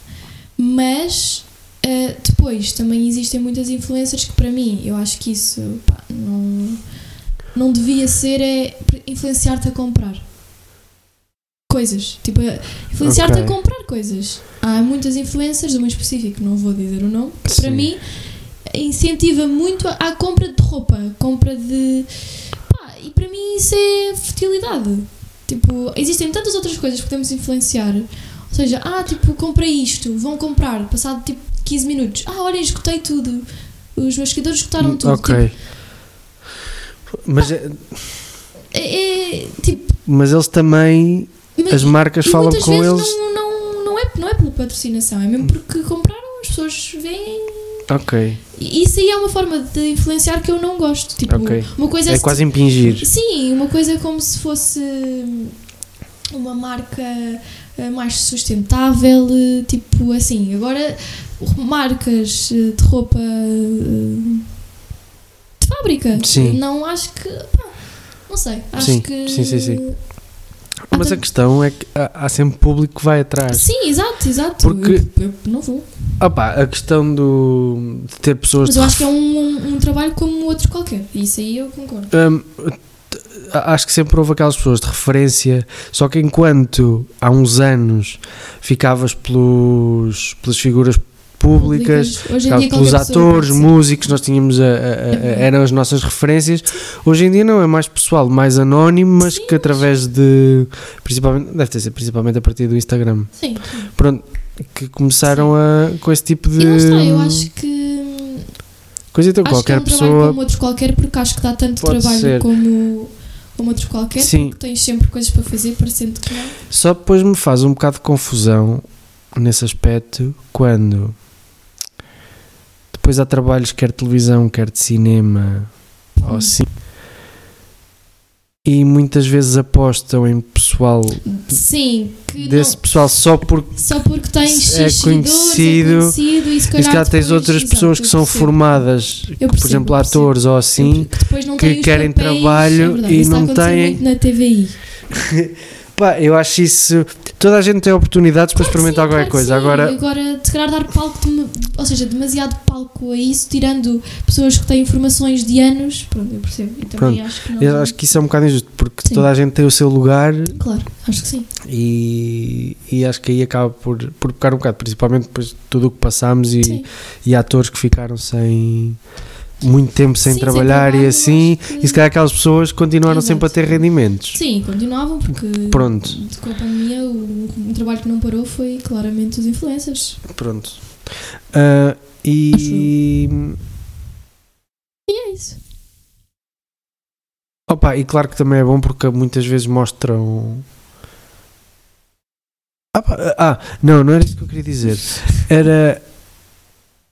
Mas eh, depois também existem muitas influências que para mim, eu acho que isso pá, não, não devia ser é influenciar-te a comprar. Coisas, tipo, eh, influenciar-te a Ok. comprar coisas. Há muitas influências, de um específico, não vou dizer o nome, que para Sim. mim incentiva muito a- à compra de roupa, compra de. Pá, e para mim isso é fertilidade. Tipo, existem tantas outras coisas que podemos influenciar. Ou seja, ah, tipo, comprei isto, vão comprar, passado tipo 15 minutos. Ah, olha, escutei tudo. Os meus seguidores escutaram tudo. Tipo, Hum, ok. Mas, é- é, é, tipo, mas eles também mas- As marcas e falam muitas com vezes eles. Hum. Não, não, não, é, não é pela patrocinação, é mesmo porque compraram, as pessoas veem. Ok, E isso aí é uma forma de influenciar que eu não gosto. Tipo, Ok. uma coisa é se- quase tipo impingir. Sim, uma coisa é como se fosse hum, uma marca eh, mais sustentável, eh, tipo assim. Agora, marcas eh, de roupa eh, de fábrica. Sim. Não acho que. pá, não sei. Acho Sim, que. sim, sim, sim. há Mas a tanto- questão é que há, há sempre público que vai atrás. Sim, exato, exato. Porque- Eu, eu não vou. Opá, a questão do, de ter pessoas. Mas eu acho que é um, um, um trabalho como outro qualquer. Isso aí eu concordo. Hum, t- acho que sempre houve aquelas pessoas de referência, só que enquanto há uns anos ficavas pelos, pelas figuras públicas, Hoje em ficavas dia, pelos qualquer pessoa atores, pode ser. músicos, nós tínhamos a- a- a- verdade. eram as nossas referências. Hoje em dia não é mais pessoal, mais anónimo, mas Sim, que através de principalmente deve ter sido principalmente a partir do Instagram. Sim, sim. Pronto, que começaram a com esse tipo de E lá está, eu acho que. hum, coisa então acho que é qualquer um trabalho pessoa como outros qualquer, porque acho que dá tanto Pode trabalho ser. como, como outros qualquer. Sim. porque Tens sempre coisas para fazer, parecendo que não. Só depois me faz um bocado de confusão nesse aspecto quando depois há trabalhos quer de televisão, quer de cinema ou Hum. assim e muitas vezes apostam em pessoal Sim, que desse não- pessoal só porque só porque tens é X seguidores, conhecido, é conhecido e se e calhar, se calhar tens depois- outras exato, pessoas que eu são percebo. formadas, que, por percebo, exemplo eu percebo. atores ou assim, Que depois não que têm os querem papéis, trabalho é verdade, e isso está não a acontecer têm- muito na TVI. Pá, eu acho isso. Toda a gente tem oportunidades para Claro que experimentar sim, qualquer claro que coisa. sim. Agora, Agora, se calhar, dar palco, dem- ou seja, demasiado palco a isso, tirando pessoas que têm formações de anos, pronto, eu percebo. E também Pronto. acho que não. eu acho que isso é um bocado injusto, porque Sim. toda a gente tem o seu lugar Claro, acho que sim. e, e acho que aí acaba por, por pecar um bocado, principalmente depois de tudo o que passámos e, sim. e atores que ficaram sem muito tempo sem Sim, sem trabalhar e trabalho, assim, acho que- e se calhar aquelas pessoas continuaram Exato. sempre a ter rendimentos. Sim, continuavam porque Pronto. com a pandemia o, o trabalho que não parou foi claramente os influencers. Pronto. Ah, e. E é isso. Opa, e claro que também é bom porque muitas vezes mostram. Ah, pá, ah, não, não era isso que eu queria dizer. Era.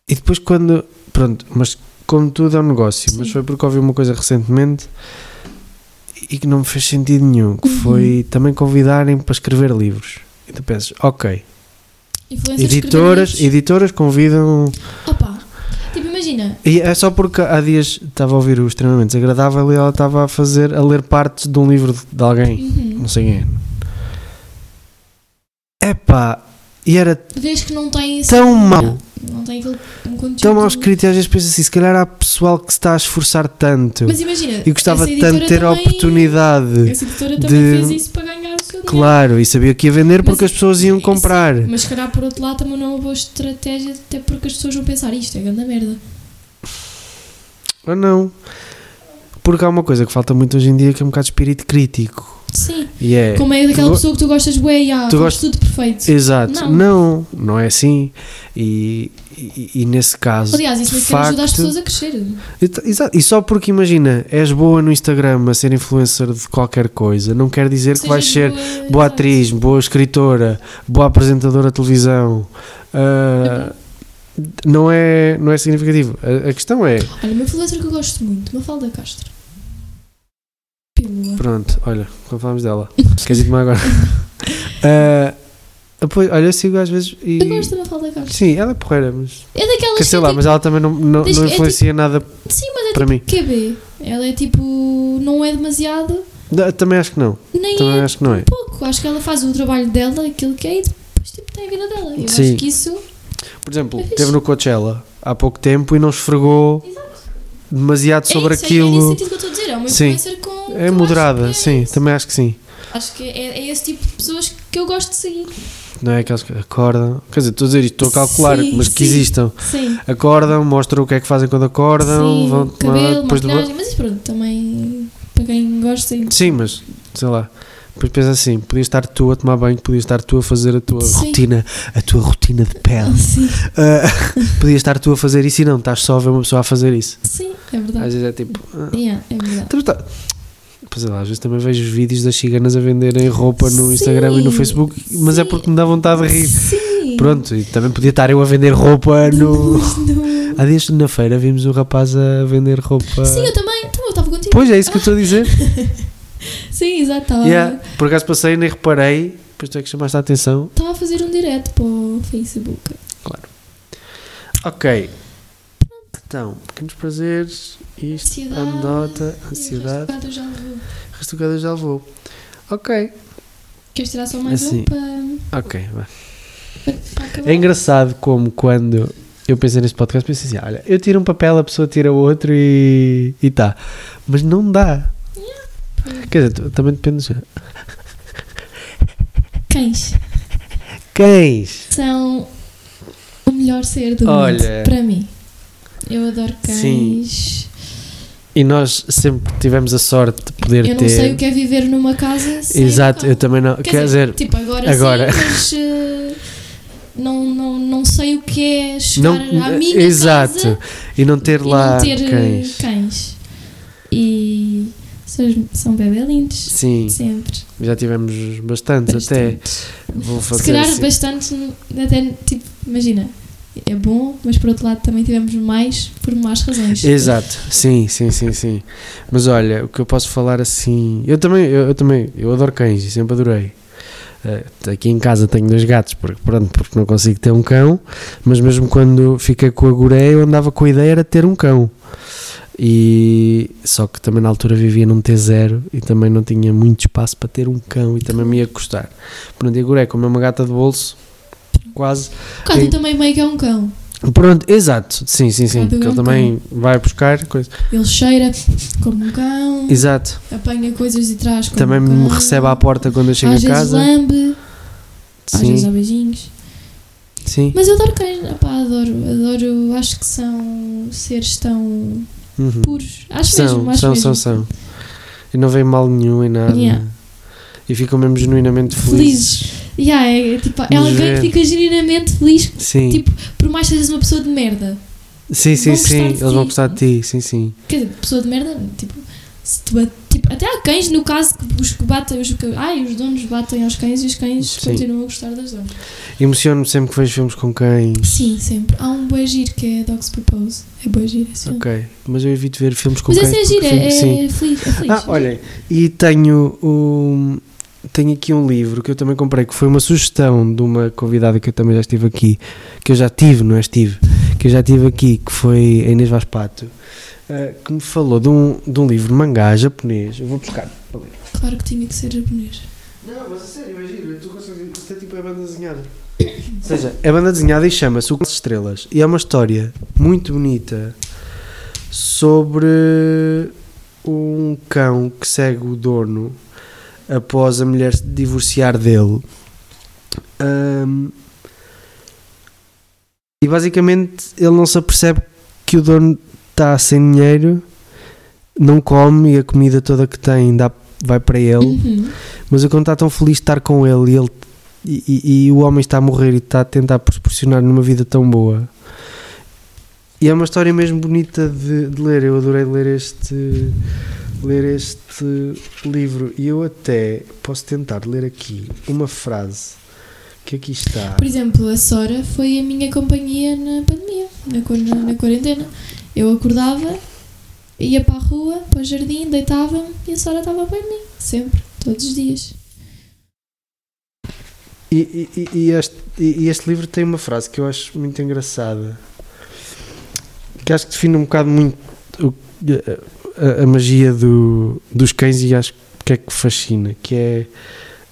E depois quando. Pronto, mas como tudo é um negócio, mas Sim. foi porque ouvi uma coisa recentemente e que não me fez sentido nenhum, que Uhum. foi também convidarem para escrever livros. E tu pensas, ok, Influencers editoras, escreverem editoras convidam. livros. Opa. Tipo, imagina. E é só porque há dias estava a ouvir o extremamente desagradável e ela estava a fazer, a ler partes de um livro de- de alguém Uhum. não sei quem é. Epá, e era Vês que não tem esse- tão mau, Não, não tem aquele um conteúdo. tão mal escrito, e às vezes penso assim, se calhar há pessoal que se está a esforçar tanto Mas imagina. e gostava essa tanto de ter a editora também- oportunidade. Essa editora também de- fez isso para ganhar o seu dinheiro. Claro, e sabia que ia vender porque Mas- as pessoas iam isso- comprar. Mas se calhar por outro lado também não é uma boa estratégia, até porque as pessoas vão pensar isto é grande merda. Ou não. Porque há uma coisa que falta muito hoje em dia que é um bocado de espírito crítico. Sim. E é. Como é daquela Tu go- pessoa que tu gostas bué e ah, Tu faz gostas- tudo perfeito. Exato. Não. Não. não, é assim. E, e, e nesse caso. Aliás, isso de nem sequer ajuda as facto- é pessoas a crescer. Exa- Exato. E só porque imagina, és boa no Instagram a ser influencer de qualquer coisa, não quer dizer que vais ser boa, boa exato. atriz, boa escritora, boa apresentadora de televisão. Ah, não, é, não é significativo. A, a questão é, Olha, uma influencer que eu gosto muito, Mafalda Castro. Pílula. pronto, olha, quando falamos dela, queres ir tomar agora? Ah, pois, olha, eu sigo às vezes e. Eu gosto da Mafalda Castro. Sim, ela é porreira, mas. É daquelas Quer que sei é lá, tipo- mas ela também não, não, Diz não que é influencia nada Sim, mas é para mim. tipo QB. Ela é tipo. Não é demasiado, Da- Também acho que não. nem Também é acho que não é. pouco. Acho que ela faz o trabalho dela, aquilo que é, e depois tipo, tem a vida dela. Eu Sim. acho que isso. Por exemplo, É fixe. esteve no Coachella há pouco tempo e não esfregou demasiado sobre é isso, É, é nesse aquilo. sentido que eu estou a dizer. É uma Sim. influencer com. É, com moderada, mais- sim, também acho que sim. Acho que é, é esse tipo de pessoas que eu gosto de seguir. Não é aquelas que acordam. Quer dizer, estou a dizer isto, estou a calcular, Sim, mas que sim. existam. Sim. Acordam, mostram o que é que fazem quando acordam, Sim, um vão tomar cabelo, depois de maquilhagem, mas isso pronto, também para quem gosta. sim. Sim, mas sei lá. Depois pensa assim, podias estar tu a tomar banho, podias estar tu a fazer a tua Sim. rotina, a tua rotina de pele. Sim, Ah, podias estar tu a fazer isso e não, estás só a ver uma pessoa a fazer isso. sim, é Às verdade. vezes é tipo, ah, Yeah, é verdade. Também tá- Pois é, lá, às vezes também vejo os vídeos das ciganas a venderem roupa no Sim, Instagram e no Facebook, mas é sim. porque me dá vontade de rir. Sim. Pronto, e também podia estar eu a vender roupa no. No- Há dias na feira vimos um rapaz a vender roupa. Sim, eu também. Então eu estava contigo. Pois é, isso que eu estou a dizer. Sim, exato. Estava Yeah, Por acaso passei e nem reparei, depois tu é que chamaste a atenção. estava a fazer um direto para o Facebook. Ok. Então, pequenos prazeres, isto, Ansiedade. anota, E ansiedade, o resto do quadro já levou. restocada já levou. Ok. Queres tirar só mais Assim. um para, Ok, vai. para- para acabar? É engraçado como quando eu pensei neste podcast, pensei assim: olha, eu tiro um papel, a pessoa tira outro e. e tá. Mas não dá. Quer dizer, tu- também depende. de- Cães Cães! são o melhor ser do Olha. mundo para mim. Eu adoro cães. E nós sempre tivemos a sorte de poder Eu ter. não sei o que é viver numa casa sem Exato, um cão. eu também não. Quer, dizer, tipo, agora, agora. sim, mas eh, não, não, não sei o que é chegar à não, eh, minha exato. casa e não ter e lá não ter eh, cães. cães. E são, são bebelindos, Sim, sempre. já tivemos bastantes até. Bastantes. Vou fazer Se calhar assim. bastante, até, tipo, imagina, é bom, mas por outro lado também tivemos mais por más razões. Exato, sim, sim, sim, sim. Mas olha, o que eu posso falar assim. Eu também, eu, eu também, eu adoro cães e sempre adorei. Eh, aqui em casa tenho dois gatos, porque, pronto, porque não consigo ter um cão, mas mesmo quando fiquei com a Gureia, eu andava com a ideia era ter um cão. E só que também na altura vivia num T0 e também não tinha muito espaço para ter um cão e também me ia custar. Pronto, e agora é como é uma gata de bolso, quase. Cadu Em- também meio que é um cão. Pronto, exato, sim, sim, sim. Cada um Que ele tem. também vai buscar coisas. Ele cheira como um cão, Exato. apanha coisas de trás como Também um me cão. recebe à porta quando eu chego às a casa. Vezes lambe, às vezes Sim, dá beijinhos. sim. Mas eu adoro cães, opá, adoro, adoro, acho que são seres tão Uhum. puros. Acho São, mesmo, acho são, mesmo. são, são. E não vem mal nenhum em nada. Yeah. E ficam mesmo genuinamente felizes. Felizes. Yeah, é, é tipo, é Nos alguém ver. que fica genuinamente feliz, Sim. Tipo, por mais que sejas uma pessoa de merda. sim, sim, vão sim. gostar de Eles vão ti. gostar de ti, sim, sim. Quer dizer, pessoa de merda, tipo, se te bate- tipo, até há cães, no caso, que os que batem, os, que, ai, os donos batem aos cães e os cães Sim. continuam a gostar das donas. Emociono-me sempre que vejo filmes com cães. Sim, sempre. Há um boi giro que é Dogs Propose. É boi giro, esse filme. Ok. Mas eu evito ver filmes com Mas cães. esse é giro, porque é, fico- sim. é feliz. É feliz. Ah, olhem, e tenho um. Tenho aqui um livro que eu também comprei, que foi uma sugestão de uma convidada que eu também já estive aqui, que eu já tive, não é estive, que eu já tive aqui, que foi a Inês Vaz Pato, eh, que me falou de um, de um livro de mangá japonês. Eu vou buscar para ler. Claro que tinha que ser japonês. Não, mas a sério, imagina, tu consegues. Isto é tipo a banda desenhada. Ou seja, é banda desenhada e chama-se O Quatro Estrelas. E é uma história muito bonita sobre um cão que segue o dono após a mulher se divorciar dele. Ahm, e basicamente ele não se apercebe que o dono está sem dinheiro, não come e a comida toda que tem dá, vai para ele Uhum. mas o cão está tão feliz de estar com ele e, ele e, e- e o homem está a morrer e está a tentar proporcionar numa vida tão boa. E é uma história mesmo bonita de, de ler. Eu adorei ler este ler este livro e eu até posso tentar ler aqui uma frase que aqui está. Por exemplo, a Sora foi a minha companhia na pandemia, na, quar- na, na quarentena. Eu acordava, ia para a rua, para o jardim, deitava-me e a Sora estava bem de mim. Sempre, todos os dias. E, e- e- e este, e- e este livro tem uma frase que eu acho muito engraçada, que acho que define um bocado muito o- a, a- a magia do- dos cães e acho que é que fascina, que é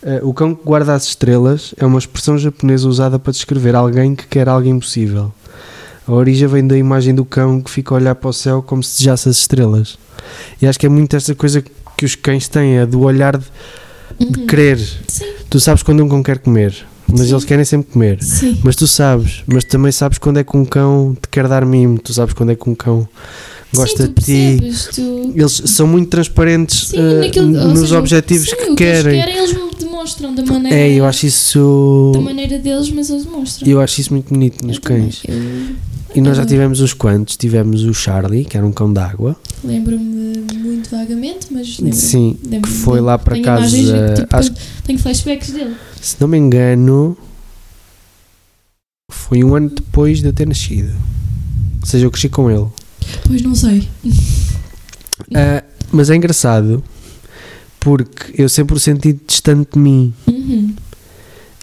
eh, o cão que guarda as estrelas é uma expressão japonesa usada para descrever alguém que quer algo impossível. A origem vem da imagem do cão que fica a olhar para o céu como se desejasse as estrelas. E acho que é muito esta coisa que os cães têm, é do olhar de, de Uhum. querer. Sim, Tu sabes quando um cão quer comer, mas Sim. eles querem sempre comer. sim. Mas tu sabes, mas também sabes quando é que um cão te quer dar mimo, tu sabes quando é que um cão gosta sim, tu de ti. percebes, tu... Eles são muito transparentes Sim, eh, naquilo- ou nos seja, objetivos sim, que, o que eles querem. querem, eles demonstram da maneira, É, eu acho isso. da maneira deles, mas eles demonstram. Eu acho isso muito bonito nos Eu também, cães. eu E nós já adoro. tivemos uns quantos. Tivemos o Charlie, que era um cão d'água. Lembro-me muito vagamente, mas lembro-me. Sim. Lembro-me Que foi dele. lá para Tenho casa. imagens de que, tipo, acho Tenho flashbacks dele. que, se não me engano, foi um ano depois de eu ter nascido. Ou seja, eu cresci com ele. Pois não sei. Ah, mas é engraçado porque eu sempre o senti distante de mim Uhum.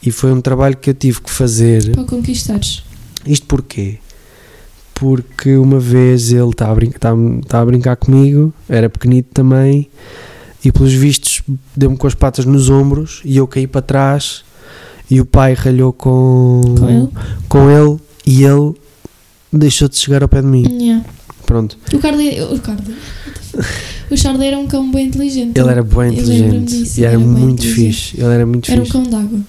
e foi um trabalho que eu tive que fazer. Para conquistares. Isto porquê? Porque uma vez ele estava a, brinca- estava- estava a brincar comigo, era pequenito também, e pelos vistos deu-me com as patas nos ombros e eu caí para trás e o pai ralhou com, Com ele. com ele e ele deixou de chegar ao pé de mim. Yeah. Pronto, O Carly. O Carly. O Charlie era um cão bem inteligente. ele era bem Eu lembro-me inteligente disso, e era, ele era bem muito inteligente. fixe. Ele era muito Era um fixe. cão d'água.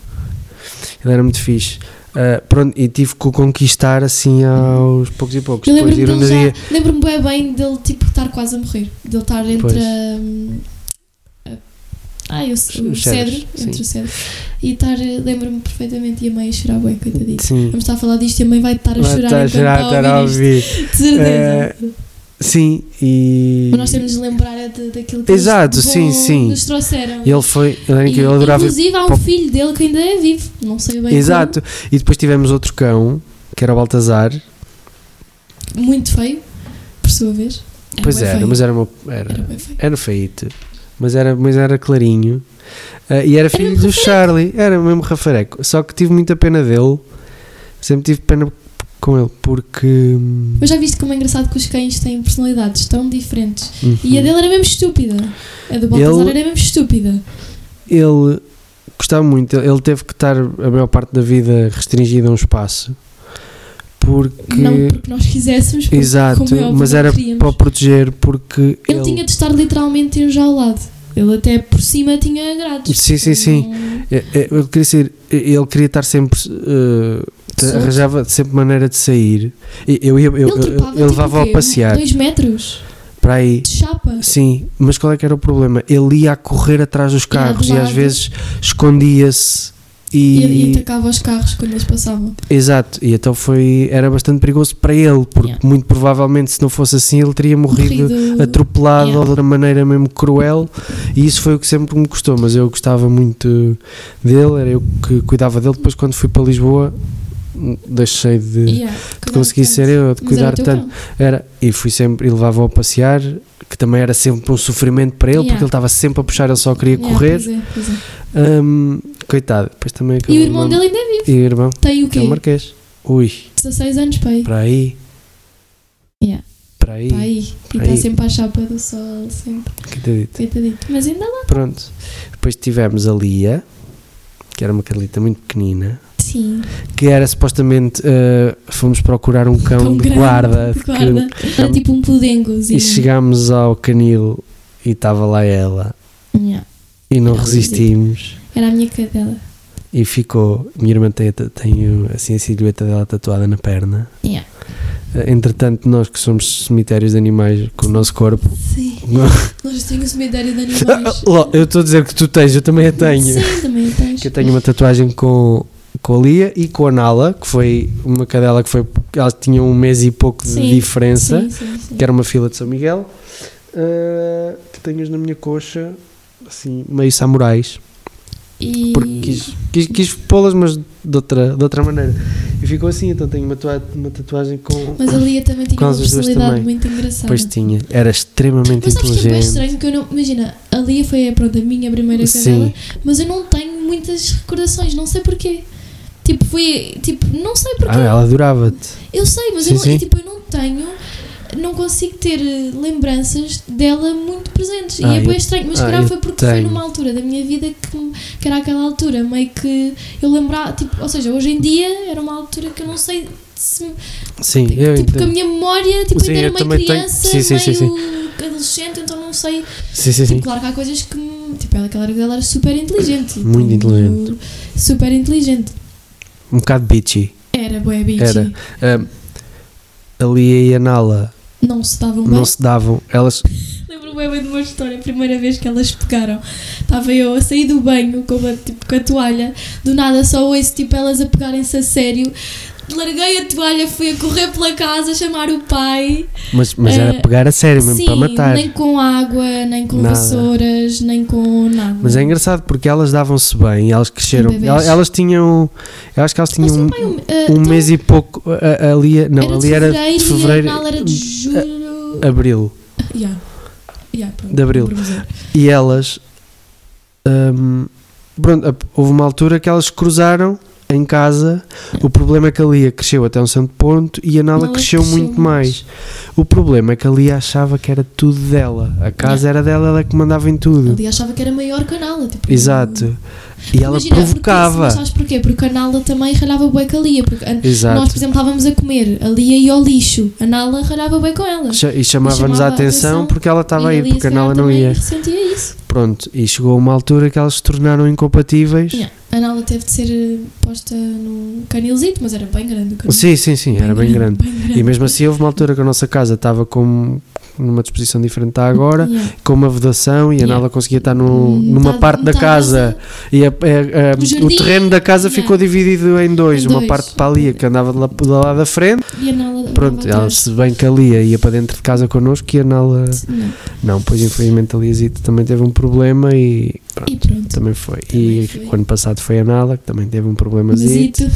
Ele era muito fixe. Ah, pronto, e tive que o conquistar assim aos poucos e poucos. Eu Depois lembro-me ir um dele já. dia. Lembro-me bem, bem dele tipo estar quase a morrer. Dele estar Pois. entre a. hum, a- Ah, eu, Os- o os cedros, cedro, sim. entre o cedro. E estar, eh, lembro-me perfeitamente, e a mãe a chorar bem, coitadinha. Sim. Vamos estar a falar disto e a mãe vai estar a Vai chorar estar a enquanto chorar, estar a ouvir ouvir. Ah, isto. De certeza. Sim, e. Mas nós temos de lembrar é de, daquilo que Exato, eles, sim, sim. nos trouxeram. E Ele foi. Ele era incrível, ele adorava. Inclusive há um pop- filho dele que ainda é vivo, não sei bem Exato. E depois tivemos outro cão, que era o Baltazar. como, muito feio, por sua vez. É pois bué era, feio. mas era uma. Era Era, bué feio. era feito. Mas era, mas era clarinho. Ah, e era filho mesmo do Charlie. Era o mesmo Rafareco. Só que tive muita pena dele. Sempre tive pena com ele, porque. hum, Mas já viste como é engraçado que os cães têm personalidades tão diferentes. uhum. E a dele era mesmo estúpida. A do Baltazar era mesmo estúpida. Ele gostava muito, ele teve que estar a maior parte da vida restringido a um espaço, porque. Não porque nós quiséssemos, porque, Exato, como é óbvio, mas não era queríamos. para o proteger, porque. Ele tinha de estar literalmente enjaulado. Ele até por cima tinha grades. Sim, sim, sim. Não- É, é, eu queria ser- ele queria estar sempre. eh, te- Solto. arranjava sempre maneira de sair. E Eu, ia- eu, eu, ele trepava, eu tipo, levava-o o quê? a passear Dois metros para aí. de chapa. Sim, mas qual é que era o problema? Ele ia a correr atrás dos carros e lado. às vezes escondia-se E, e, e atacava os carros quando eles passavam. exato, e então foi era bastante perigoso para ele, porque Yeah. muito provavelmente se não fosse assim ele teria morrido, Corrido- atropelado Yeah. ou de outra maneira mesmo cruel, e isso foi o que sempre me custou, mas eu gostava muito dele, era eu que cuidava dele, depois quando fui para Lisboa deixei de, Yeah, de conseguir ser eu, de Mas era cuidar o teu tanto. cão. Era, e fui sempre, e levava-o a passear, que também era sempre um sofrimento para ele, Yeah. porque ele estava sempre a puxar, ele só queria Yeah, correr. pois é, pois é. Hum, coitado, depois também E acabou o irmão nome- dele ainda é vivo. E o irmão, Tem o que quê? é o Marquês. Ui, 16 anos, pai. para aí, Yeah, para aí, pai. E Para aí. está sempre à chapa do sol, sempre. que te digo. Coitadito. Mas ainda lá. Pronto, depois tivemos a Lia, que era uma carlita muito pequenina, Sim. que era supostamente, eh, fomos procurar um cão, Cão de grande, guarda, de que- guarda. Era tipo um pudengozinho. e chegámos ao canil e estava lá ela, Yeah. e não Ela resistimos. Era a minha cadela. E ficou. Minha irmã tem, a ta- tem o- assim a silhueta dela tatuada na perna. Yeah. Eh, Entretanto, nós que somos cemitérios de animais com o nosso corpo. Sim. Nós temos o cemitério de animais. Ló, eu estou a dizer que tu tens, eu também a tenho. Sim, também tens. Que eu tenho uma tatuagem com, com a Lia e com a Nala, que foi uma cadela que foi. Elas tinham um mês e pouco de Sim, diferença, Sim, sim, sim. que era uma fila de São Miguel, eh, que tenho-os na minha coxa, assim, meio samurais. E... porque quis, quis, quis pô-las, mas de outra, de outra maneira. E ficou assim, então tenho uma, tua- uma tatuagem com. Mas a Lia também tinha Com uma as duas personalidade também. muito engraçada. Pois tinha, era extremamente Mas sabes que é bem inteligente. estranho que eu não. Imagina, a Lia foi pronto, a minha primeira cadela, Sim, mas eu não tenho muitas recordações, não sei porquê. Tipo, foi. Tipo, não sei ah, porquê. ela adorava-te. Eu sei, mas Sim, eu, não, sim. e, tipo, eu não tenho. Não consigo ter eh, lembranças dela muito presentes. Ah, e é eu- bem estranho. Mas se ah, calhar eu foi porque foi tenho. numa altura da minha vida que, me- que era aquela altura meio que eu lembrava. Tipo, ou seja, hoje em dia era uma altura que eu não sei se. me- Sim, eu Tipo, que a entendo. minha memória tipo, Sim, ainda eu era meio também tenho- criança, sim, sim, sim, meio sim. adolescente, então não sei. Sim, sim, Tipo, sim. claro que há coisas que. me- Tipo, ela- aquela ela era super inteligente. Muito Tipo, inteligente. Super inteligente. Um bocado bitchy. Era boa bitch. Era. Ahm, a Lia e a Nala Não se davam bem. não se davam. Elas. Lembro-me bem de uma história, a primeira vez que elas pegaram. Estava eu a sair do banho com a, tipo, com a toalha, do nada só ouço tipo, elas a pegarem-se a sério. Larguei a toalha, fui a correr pela casa, chamar o pai. Mas, mas era Eh, pegar a sério mesmo Sim, para matar. nem com água, nem com Nada. vassouras, nem com nada. Mas é engraçado porque elas davam-se bem, elas cresceram. Bebês. Elas, elas tinham. Eu acho que elas Mas tinham. o pai, um, eh, um então, mês e pouco a- a- ali a- não era ali de era fevereiro, de e fevereiro Eh, a Nala era de julho. abril Yeah. Yeah, pronto, De abril. vou dizer. e elas hum, pronto a- houve uma altura que elas cruzaram em casa o problema é que a Lia cresceu até um certo ponto e a Nala Nala cresceu, cresceu muito mais. mais. o problema é que a Lia achava que era tudo dela a casa era dela ela é que mandava em tudo Ali achava que era maior que a Nala. Tipo, exato e ela Imagina, provocava Porque, mas sabes porquê? Porque a Nala também ralhava bué com a Lia. Porque an- nós, por exato exemplo, estávamos a comer a Lia ia ao lixo. A Nala ralhava bué com ela. Cha- e chamava-nos chamava a a atenção atenção porque ela estava a E ir Lia, porque a se calhar, Nala não também ia ressentia isso. pronto e chegou uma altura que elas se tornaram incompatíveis Yeah. A Nala teve de ser eh, posta num canilzito, mas era bem grande o canil. Sim, sim, sim, era bem grande. bem grande. E mesmo assim houve uma altura que a nossa casa estava com numa disposição diferente da agora, Yeah. com uma vedação e a Yeah. Nala conseguia estar no- Metade- numa parte da metade casa e a- a- a- O o, assim. jardim, terreno da casa yeah. ficou dividido em dois, Em uma dois. parte para ali que andava de lá, de lá da frente, E a Nala. pronto, andava ela atrás. se bem que ali ia para dentro de casa connosco e a Nala Não. não, pois infelizmente a Liazito também teve um problema e pronto, E pronto. também foi. Também e foi. o ano passado foi a Nala que também teve um Mas, problemazito ito-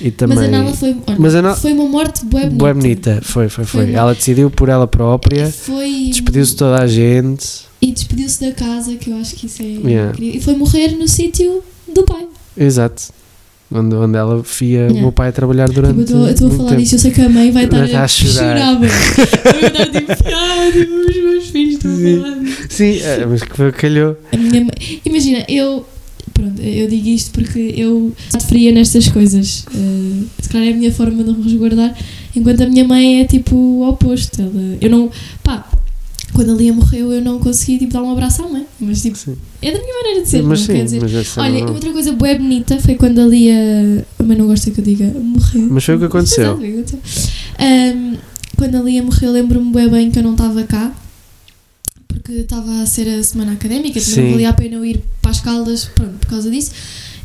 e também mas a Nala foi, olha, Mas a Nala- foi uma morte bué bonita. Boa bonita, foi, foi, foi. Foi uma- Ela decidiu por ela própria, Foi. despediu-se de toda a gente. E despediu-se da casa, que eu acho que isso é Yeah. incrível. E foi morrer no sítio do pai. Exato. Onde, onde ela via Yeah. o meu pai a trabalhar durante. Tipo, eu estou- eu estou a um falar tempo. disto, eu sei que a mãe vai estar Vai estar a a chorar. chorar. bué. Vai estar tipo, ah, tipo, os meus filhos estão Sim. a falar. Sim, é, mas que foi- calhou. A minha mãe- Imagina, eu. Pronto, eu digo isto porque eu sofria nestas coisas. Eh, se calhar é a minha forma de me resguardar, enquanto a minha mãe é tipo o oposto. Ela, eu não. Pá, quando a Lia morreu, eu não consegui tipo, dar um abraço à mãe. Mas tipo, Sim. é da minha maneira de ser, mas não sim, quer dizer. mas essa Olha, não- outra coisa bué bonita foi quando a Lia. A mãe não gosta que eu diga morreu. Mas foi o que aconteceu. Exato, foi o que aconteceu. Ahm, quando a Lia morreu, lembro-me bué bem que eu não estava cá. Porque estava a ser a semana académica, também Sim. não valia a pena eu ir para as Caldas, pronto, por causa disso.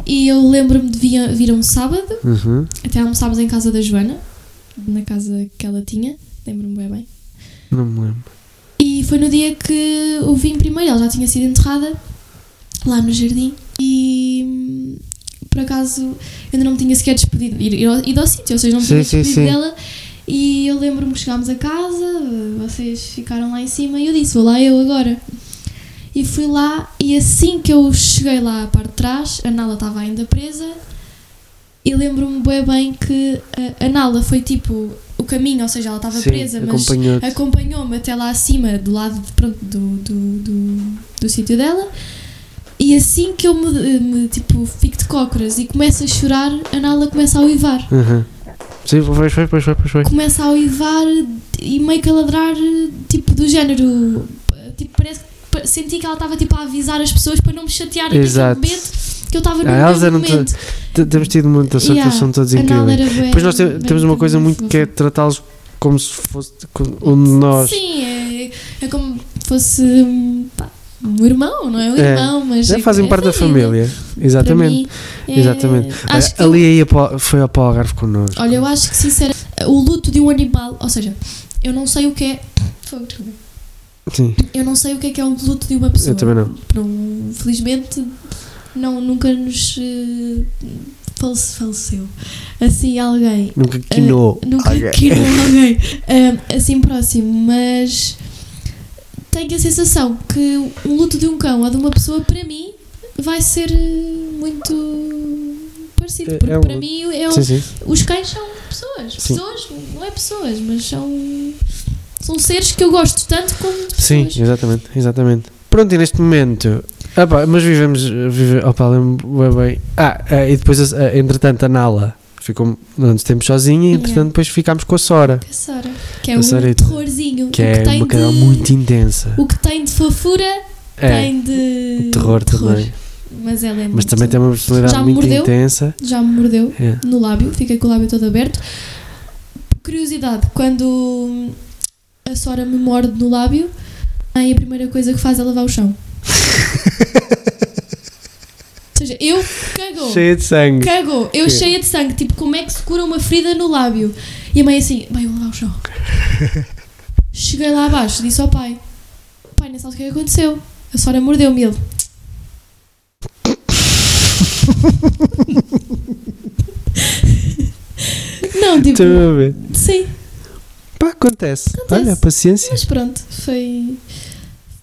E eu lembro-me de via- vir a um sábado, Uhum. até almoçámos em casa da Joana, na casa que ela tinha, lembro-me bué bem. Não me lembro. E foi no dia que o vim primeiro, ela já tinha sido enterrada lá no jardim e hum, por acaso eu ainda não me tinha sequer despedido, ir, ir ao, ido ao sítio, ou seja, não me tinha Sim, sim, despedido sim. dela. E eu lembro-me que chegámos a casa, vocês ficaram lá em cima e eu disse: Vou lá eu agora. E fui lá, e assim que eu cheguei lá à parte de trás, a Nala estava ainda presa. E lembro-me bem, bem que a, a Nala foi tipo o caminho, ou seja, ela estava Sim, presa, mas acompanhou-te. acompanhou-me até lá acima, do lado de- pronto, do, do, do, do sítio dela. E assim que eu me, me, tipo, fico de cócoras e começo a chorar, a Nala começa a uivar. Uhum. Sim, pois foi, pois foi, pois foi. Começa a uivar e meio que a ladrar, tipo, do género. Tipo, parece que pa- senti que ela estava tipo, a avisar as pessoas para não me chatearem Exato. Ah, naquele momento que eu estava no A Elsa meu não te- momento. T- Temos tido muita sorte, Yeah, eles são todos a Nala incríveis. era bué- Depois nós te- bué temos uma coisa muito que é tratá-los como se fosse como um de nós. Sim, é, é como fosse hum, pá, um irmão, não é? Um É. irmão, mas. Já é- fazem é parte da família. Para Exatamente. mim, é- Exatamente. Acho que, Ali é aí apo- foi ao Paulo Algarve connosco. olha, eu acho que sinceramente o luto de um animal, ou seja, eu não sei o que é. Fogo, desculpa. Sim, Eu não sei o que é que é o luto de uma pessoa. eu também não. Não- felizmente não, nunca nos eh, falece- faleceu assim alguém. Nunca quinou. Eh, nunca alguém. quinou alguém. Eh, assim próximo, mas tenho a sensação que o luto de um cão ou de uma pessoa, para mim, vai ser eh, muito parecido. É- Porque é um para luto. mim é um- Sim, sim. os cães são pessoas. Sim. Pessoas, não é pessoas, mas são. São seres que eu gosto tanto como Sim, pessoas. exatamente, exatamente. Pronto, e neste momento. Ah, pá, mas vivemos. Vive, opa, lembro bem, bem. Ah, ah, e depois, ah, entretanto, a Nala ficou durante tempo sozinha e, Yeah. entretanto, depois ficámos com a Sora, Que é Sara, que é A um Sara é- terrorzinho. que o é que tem uma canal de, muito intensa. O que tem de fofura É, tem de. terror, também. Mas ela é Mas muito- também tem uma personalidade Já me muito mordeu? intensa. Já me mordeu É. no lábio, fiquei com o lábio todo aberto. Curiosidade, quando a Sora me morde no lábio, aí a primeira coisa que faz é lavar o chão. Ou seja, eu cagou. Cheia de sangue. Cagou, eu Quê? cheia de sangue. Tipo, como é que se cura uma ferida no lábio? E a mãe assim, bem, vou lavar o chão. Cheguei lá abaixo, disse ao pai: Pai, não sabes o que é que aconteceu. A senhora mordeu-me e ele. não, tipo, Estão a ver? sim, Pá, acontece. Acontece. Olha, paciência. mas pronto, foi.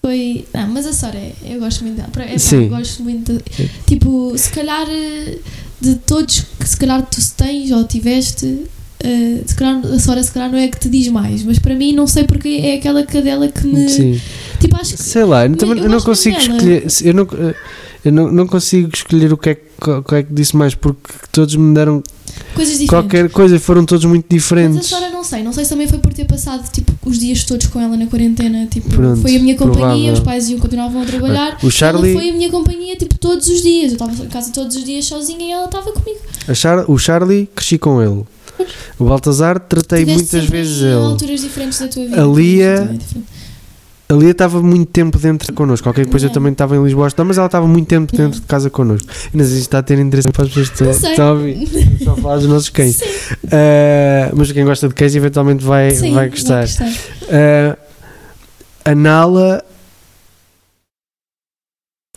Foi. Não, mas a Sora, é- eu gosto muito dela. É, pá, Sim. eu gosto muito. de- Sim. tipo, se calhar eh, de todos que se calhar tu tens ou tiveste, eh, se calhar a Sora se calhar não é a que te diz mais, mas para mim não sei porque é aquela cadela que me. Sim. Tipo, acho que. Sei lá, eu, também- eu eu não gosto consigo dela. escolher. se- Eu não, eh, eu não, não consigo escolher o que é que, qual qual é que disse mais, porque todos me deram Coisas diferentes. qualquer coisa e foram todos muito mas a diferentes. Sora não sei, não sei se também foi por ter passado tipo, os dias todos com ela na quarentena. Tipo, Pronto, foi a minha companhia, provável. os pais iam continuavam a trabalhar. o Ela Charlie, foi a minha companhia tipo todos os dias. Eu estava em casa todos os dias sozinha e ela estava comigo. a Char- o Charlie, cresci com ele. O Baltazar, tratei Tiveste muitas sempre vezes em ele. alturas diferentes da tua vida. A Lia- Também diferente. Ali estava muito tempo dentro connosco, ok? Depois eu É. também estava em Lisboa, está, mas ela estava muito tempo dentro É. de casa connosco. Inês, isto está a ter interesse para as pessoas que Não sei. estão a ouvir. Só falar dos nossos cães. Ah, mas quem gosta de cães eventualmente vai, Sim, vai gostar. Uh, a Nala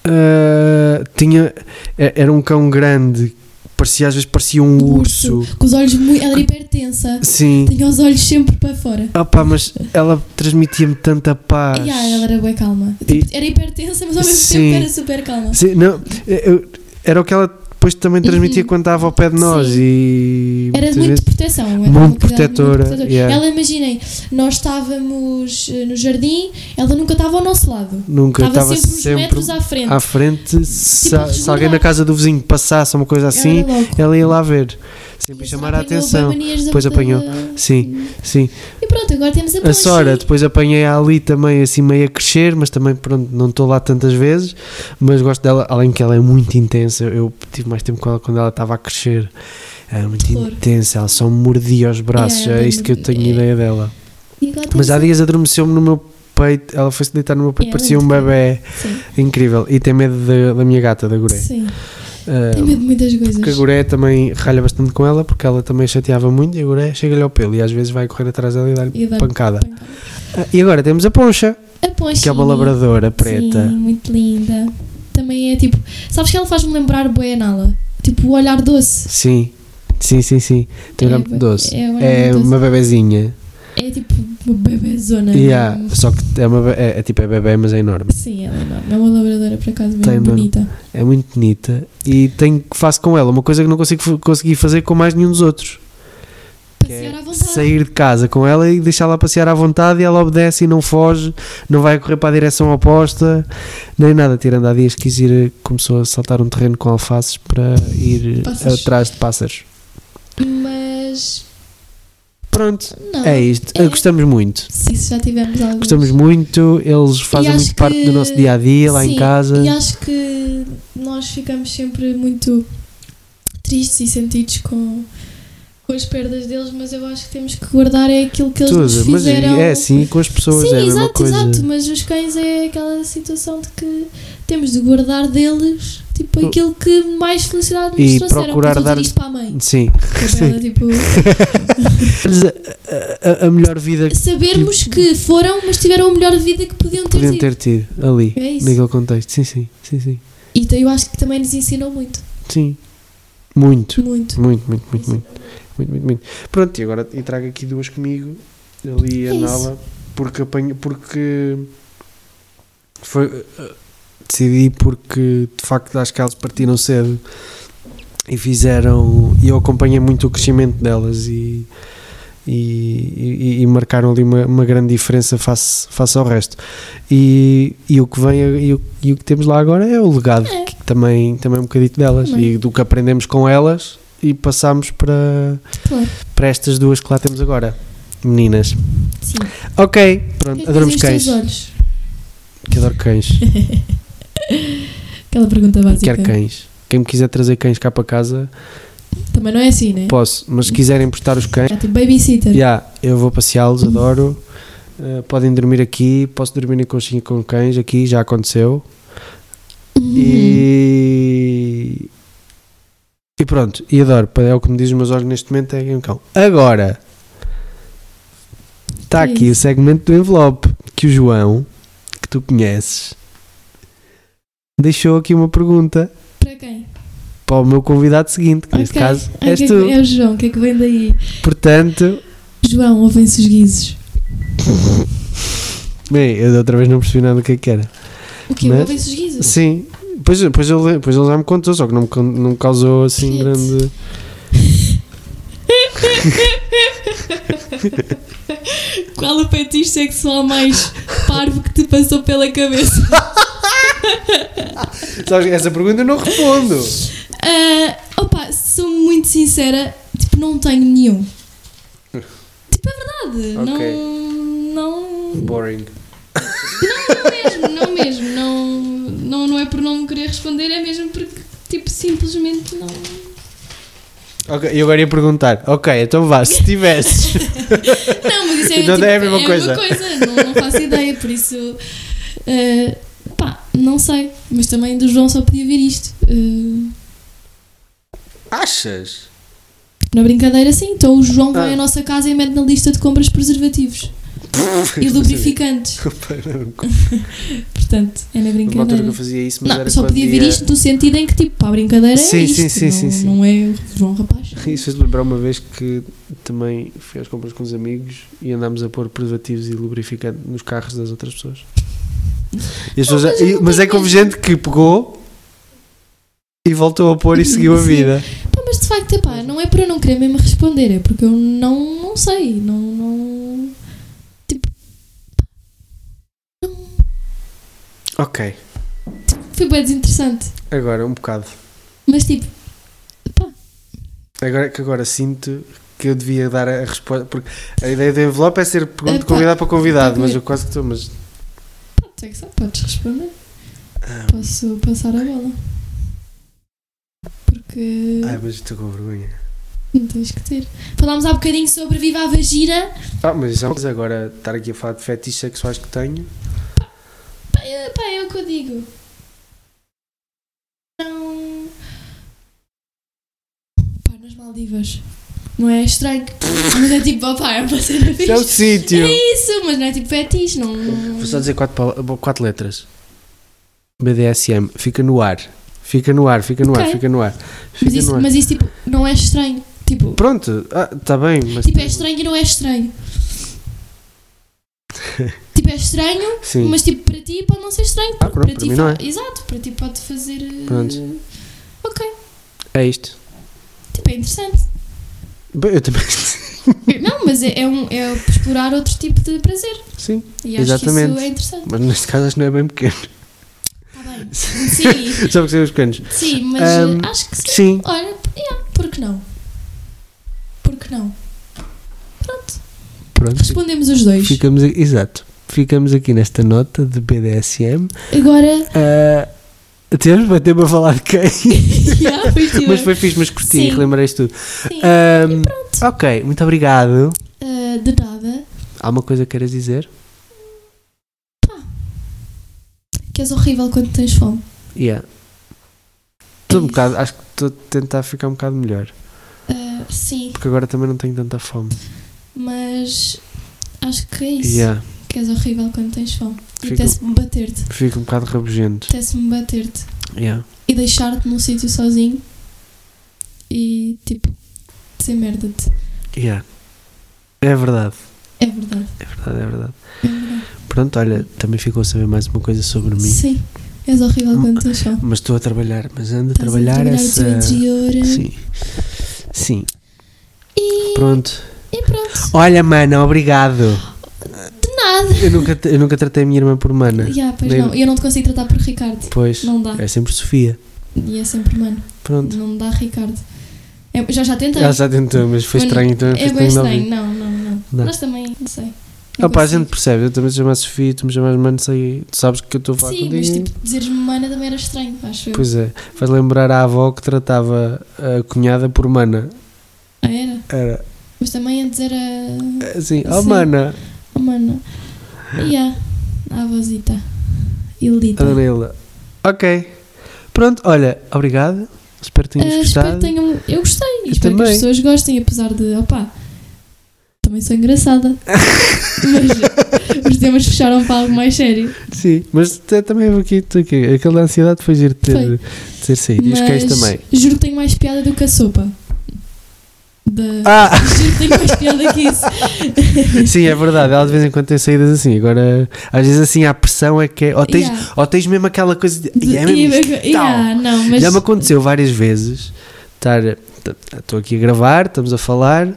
uh, tinha é- era um cão grande, parecia às vezes parecia um Um urso. Com os olhos muito. Ela era hipertensa. Sim. Tinha os olhos sempre para fora. Opa, mas ela transmitia-me tanta paz. E ah, ela era bem calma. Tipo, era hipertensa, mas ao mesmo Sim. tempo era super calma. Sim, não, eu- era o que ela depois também transmitia Uhum. quando estava ao pé de nós Sim. e Era muitas muito vezes- proteção. Era muito uma cuidado protetora, yeah. Ela, imaginem, nós estávamos eh, no jardim, ela nunca estava ao nosso lado. nunca Estava estava sempre uns metros à frente. Tipo, à frente se, a se alguém na resguardar. casa do vizinho passasse uma coisa assim, Era logo. ela ia lá ver, sempre a Isso é chamar a apanhou atenção. bem manias da- Depois apanhou. da- Sim, sim. E pronto, agora temos a A Blanche. Sora, depois apanhei a Ali também, assim meio a crescer, mas também, pronto, não estou lá tantas vezes. Mas gosto dela, além que ela é muito intensa. Eu tive mais tempo com ela quando ela estava a crescer. Era muito Claro. intensa, ela só me mordia os braços. É, É, isto que eu tenho é. ideia dela. E agora temos Mas há a- dias adormeceu-me no meu peito, ela foi-se deitar no meu peito, É, parecia um muito bebê. Sim, Incrível. E tem medo da, da minha gata, da Guré. sim. Ah, Tem medo de muitas coisas. porque a Guré também ralha bastante com ela, porque ela também chateava muito e a Guré chega-lhe ao pelo e às vezes vai correr atrás dela e dar-lhe E dá-lhe pancada. pancada. Ah, E agora temos a Poncha, A Ponchinha. que é uma labradora preta. Sim, muito linda. Também é tipo. Sabes que ela faz-me lembrar Boia Nala? Tipo, o olhar doce. Sim, sim, sim, sim. Tem um É, nome doce. é, o olhar É doce. Uhum. uma bebezinha. É tipo uma bebezona. é? Yeah, mesmo. Só que é, uma, be- é, é tipo é bebê, mas é enorme. Sim, ela é enorme. É uma labradora, por acaso, bem Tem mesmo. bonita. É muito bonita. E tenho que faço com ela uma coisa que não consigo f- consegui fazer com mais nenhum dos outros. que Passear é à vontade. sair de casa com ela e deixá-la passear à vontade e ela obedece e não foge, não vai correr para a direção oposta, nem nada. Tirando há dias quis ir, começou a saltar um terreno com alfaces para ir Pássaros. atrás de pássaros. Mas. Pronto, Não. é isto. É. Gostamos muito. Sim, se já tivemos alguns. Gostamos muito, eles fazem acho muito parte que- do nosso dia a dia lá Sim, em casa. E acho que nós ficamos sempre muito tristes e sentidos com, com as perdas deles, mas eu acho que temos que guardar é aquilo que eles nos Tudo, mas fizeram. é assim, com as pessoas Sim, é a mesma exato, coisa. exato, mas os cães é aquela situação de que temos de guardar deles tipo aquilo que mais felicidade nos E trouxeram. procurar Porque eu dar- digo isto para a mãe. Sim. Para ela, tipo, Eles, a, a- a melhor vida que sabermos que foram, mas tiveram a melhor vida que podiam ter podiam tido. ter tido ali, É isso. naquele contexto. Sim, sim, sim, sim. E então eu acho que também nos ensinou muito. Sim. Muito. Muito. Muito, muito, muito, muito. Muito, muito, muito. Pronto, e agora e trago aqui duas comigo, ali a É isso. Nala, porque apanho, porque foi, eh, decidi porque de facto acho que elas partiram cedo e fizeram e eu acompanhei muito o crescimento delas e e, e- e marcaram ali uma, uma grande diferença face, face ao resto e, e o que vem a- e o, e o que temos lá agora é o legado É. que também, também é um bocadito delas Também. e do que aprendemos com elas e passámos para, Claro. para estas duas que lá temos agora meninas Sim. ok, O que é pronto, que adoramos dizem cães os teus olhos? que adoro cães Aquela pergunta básica. Quero cães. Quem me quiser trazer cães cá para casa, Também não é assim, né? posso. Mas se quiserem emprestar os cães, Já tem babysitter. já, eu vou passeá-los, adoro. Uh, podem dormir aqui, posso dormir em conchinha com cães aqui, já aconteceu. Uhum. E. E pronto, e adoro. É o que me dizem os meus olhos neste momento, é um cão. Agora, está É tá aqui isso. o segmento do envelope que o João, que tu conheces, deixou aqui uma pergunta. Para quem? para o meu convidado seguinte, que neste Ok. caso Ah, és que é que- tu. É o João, o que é que vem daí? Portanto, João, ouvem-se os guizos. bem, eu da outra vez não percebi nada do que é que era. O quê? Mas- Ouvem-se os guizos? Sim, pois, pois, ele, pois ele já me contou, só que não me, con- não me causou assim Shit. grande. Qual o fetiche sexual mais parvo que te passou pela cabeça? Sabes, essa pergunta eu não respondo. Ah, opa, sou muito sincera, tipo, não tenho nenhum. Tipo, é verdade. Ok. Não. Não. Boring. mesmo, não mesmo, não, não, não é por não me querer responder, é mesmo porque, tipo, simplesmente não. Ok, e agora ia perguntar, ok, então vá, se tivesses. Não, mas isso é, Então tipo, é a mesma coisa. não, não faço ideia, por isso. eh, pá, não sei, mas também do João só podia ver isto. eh, Achas? na brincadeira, sim, então o João vai Ah. à nossa casa e mete na lista de compras preservativos é e lubrificantes. Portanto, é Na um na altura que brincadeira. eu fazia isso, mas Não, era só quando podia ia- ver isto no sentido em que, tipo, para a brincadeira é Sim, isto, sim, sim, não, sim, sim. não é o João Rapaz. Isso fez lembrar uma vez que também fui às compras com os amigos e andámos a pôr preservativos e lubrificante nos carros das outras pessoas. E as pessoas- mas e- eu não mas é tenho que houve mesmo. gente que pegou e voltou a pôr e seguiu a Sim. vida. Pá, mas de facto, epá, não é por eu não querer mesmo responder, é porque eu não, não sei, não, não. Tipo. Não. Ok, Foi bem desinteressante. agora um bocado. Mas tipo. Pá, Agora que agora sinto que eu devia dar a resposta. Porque a ideia do envelope é ser pergunta de Epá, convidado para convidado, mas eu- eu quase que estou. Mas pá, tu é que sabe, podes responder. ah, Posso passar a bola. Porque. Ai, mas estou com vergonha. Não tens que ter. Falámos há bocadinho sobre Viva a Vagira. Ah, mas isso é uma coisa. Agora estar aqui a falar de fetiches sexuais que tenho. Pá, é, pá, é o que eu digo. Não. Pá, nas Maldivas. Não é estranho. Mas é tipo, ó pá, é uma cena Isso é o fixe. sítio. É isso, mas não é tipo fetiche, não. Vou só dizer quatro, pala- bo- quatro letras. BDSM. Fica no ar. Fica no ar, fica no ar, Ok. fica no ar. mas, Fica isso, no ar. mas isso, tipo, não é estranho. Tipo, Pronto, está bem, mas. tipo, é estranho e não é estranho. tipo, é estranho, Sim. mas tipo, para ti pode não ser estranho. Ah, pronto, para para ti mim não fa- é. Exato, para ti pode fazer. eh, Pronto. Ok, É isto. tipo, é interessante. Bem, eu também. Não, mas é, é um, é explorar outro tipo de prazer. Sim, E acho que Exatamente. isso é interessante. mas neste caso acho que não é bem pequeno. Está bem. Sim, Só porque são os pequenos. sim, mas Ahm, eh, acho que sim. Sim. Olha, yeah, por que não? Por que não? Pronto. Respondemos os dois. Ficamos, aqui- exato. Ficamos aqui nesta nota de BDSM. Agora. Ah, temos bateu-me a falar de quem? yeah, foi tira. mas foi fixe, mas curti, Sim. relembrei-te tudo. Sim. Ah, E pronto. ok, muito obrigado. Ah, de nada. Há uma coisa que queiras dizer? Que és horrível quando tens fome. Yeah. Estou um bocado, acho que estou a tentar ficar um bocado melhor. Ah, sim, Porque agora também não tenho tanta fome. mas acho que é isso. Yeah, Que és horrível quando tens fome. E Fico- apetece-me bater-te. fico um bocado rabugento. Apetece-me bater-te. Yeah. e deixar-te num sítio sozinho e tipo dizer merda-te. Yeah. É verdade, É verdade, é verdade, é verdade. é verdade. Pronto, olha, também ficou a saber mais uma coisa sobre mim. Sim, és horrível quando tens fome. Mas estou a trabalhar, mas ando a Estás trabalhar, o teu essa. interior Sim. Sim, E, pronto. e pronto, Olha, mana, obrigado. de nada. Eu nunca, eu nunca tratei a minha irmã por mana. Yeah, pois Nem- não. Eu não te consigo tratar por Ricardo. Pois, Não dá. é sempre Sofia. E é sempre humano. Pronto. Não dá Ricardo. É- já já tentei. Ela já tentou, mas foi Mas estranho então também. é foi bem não ouvir. estranho. Não, não, não. Não. Nós também, não sei. Ah, Não pá, a consigo. gente percebe. Eu também te chamar Sofia, tu me chamas Mano, sei. Tu sabes que eu estou a falar Sim, contigo. mas tipo, dizeres-me mana também era estranho, acho eu. Pois é, faz lembrar a avó que tratava a cunhada por Mana. Ah, era. Era Mas também antes era. assim, oh Sim. Mana, Oh, mano. Yeah. A Ah, avózita. Ildita. a dona Hilda. Ok. Pronto, olha, obrigado. Espero que tenhas Ah, espero gostado. que tenham. Eu gostei. Eu espero que também. as pessoas gostem, apesar de. Opá. Também sou engraçada. Mas os temas fecharam para algo mais sério. Sim, mas até também houve aqui, tu, aqui aquela ansiedade foi giro ter, Foi. ter saído. E os Mas cães também. Juro que tenho mais piada do que a sopa. Da- Ah! Juro que tenho mais piada que isso. Sim, é verdade. Ela de vez em quando tem saídas assim. Agora, às vezes assim, a pressão é que é. Ou tens, Yeah. ou tens mesmo aquela coisa de. De- "Ih, é mesmo isto, e- tal." yeah, não, mas. Já me aconteceu várias vezes estar. Estou aqui a gravar, estamos a falar,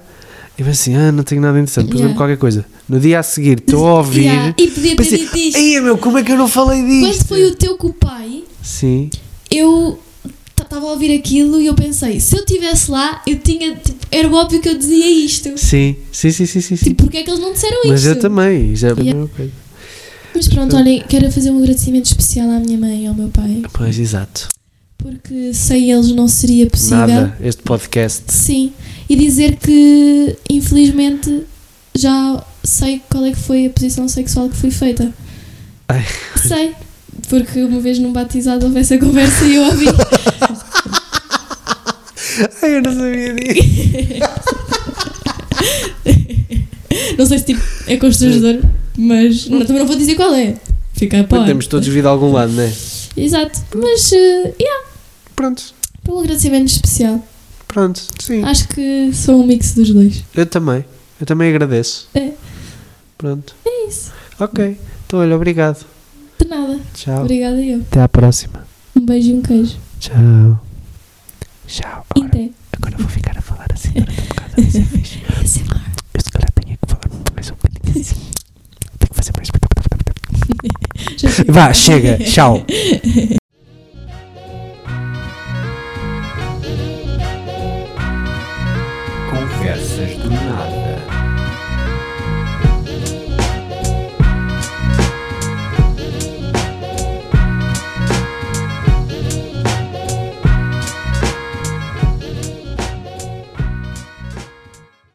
e eu assim, ah, não tenho nada interessante, depois Yeah. lembro qualquer coisa. No dia a seguir estou a ouvir. Yeah, e E podia ter Pensei, dito isto. Ei, meu, como é que eu não falei disto? Quando foi o teu com o pai? Sim, eu estava a ouvir aquilo e eu pensei, se eu estivesse lá, eu tinha, tipo, era óbvio que eu dizia isto. sim, sim, sim, sim, sim. sim. Tipo, porque é que eles não disseram Mas isto? eu também, já é a Yeah. mesma coisa. Mas pronto, olhem, quero fazer um agradecimento especial à minha mãe e ao meu pai, Pois, exato. porque sem eles não seria possível. Nada, este podcast. Sim. E dizer que, infelizmente, já sei qual é que foi a posição sexual que foi feita. Ai. Sei. Porque uma vez num batizado houve essa conversa e eu ouvi. Ai, eu não sabia disso. Não sei se tipo é constrangedor, mas não- também não vou dizer qual é. Fica a par. Hum. Temos todos vida a algum lado, não é? Exato. Mas, eh, yeah, Pronto, foi um agradecimento especial. pronto, sim. Acho que sou um mix dos dois. Eu também, eu também agradeço. É. Pronto, É isso. ok. Então, olha, obrigado. De nada. Tchau. Obrigada eu. Até à próxima. Um beijo e um queijo. Tchau. Já, ora, Inte. agora vou ficar a falar assim durante um bocado. Isso é fixe. ASMR. Eu se calhar tenho que falar mais um bocadinho assim. Tenho que fazer mais. um Já Vá, Ah, chega. chega, tchau. Conversas do nada.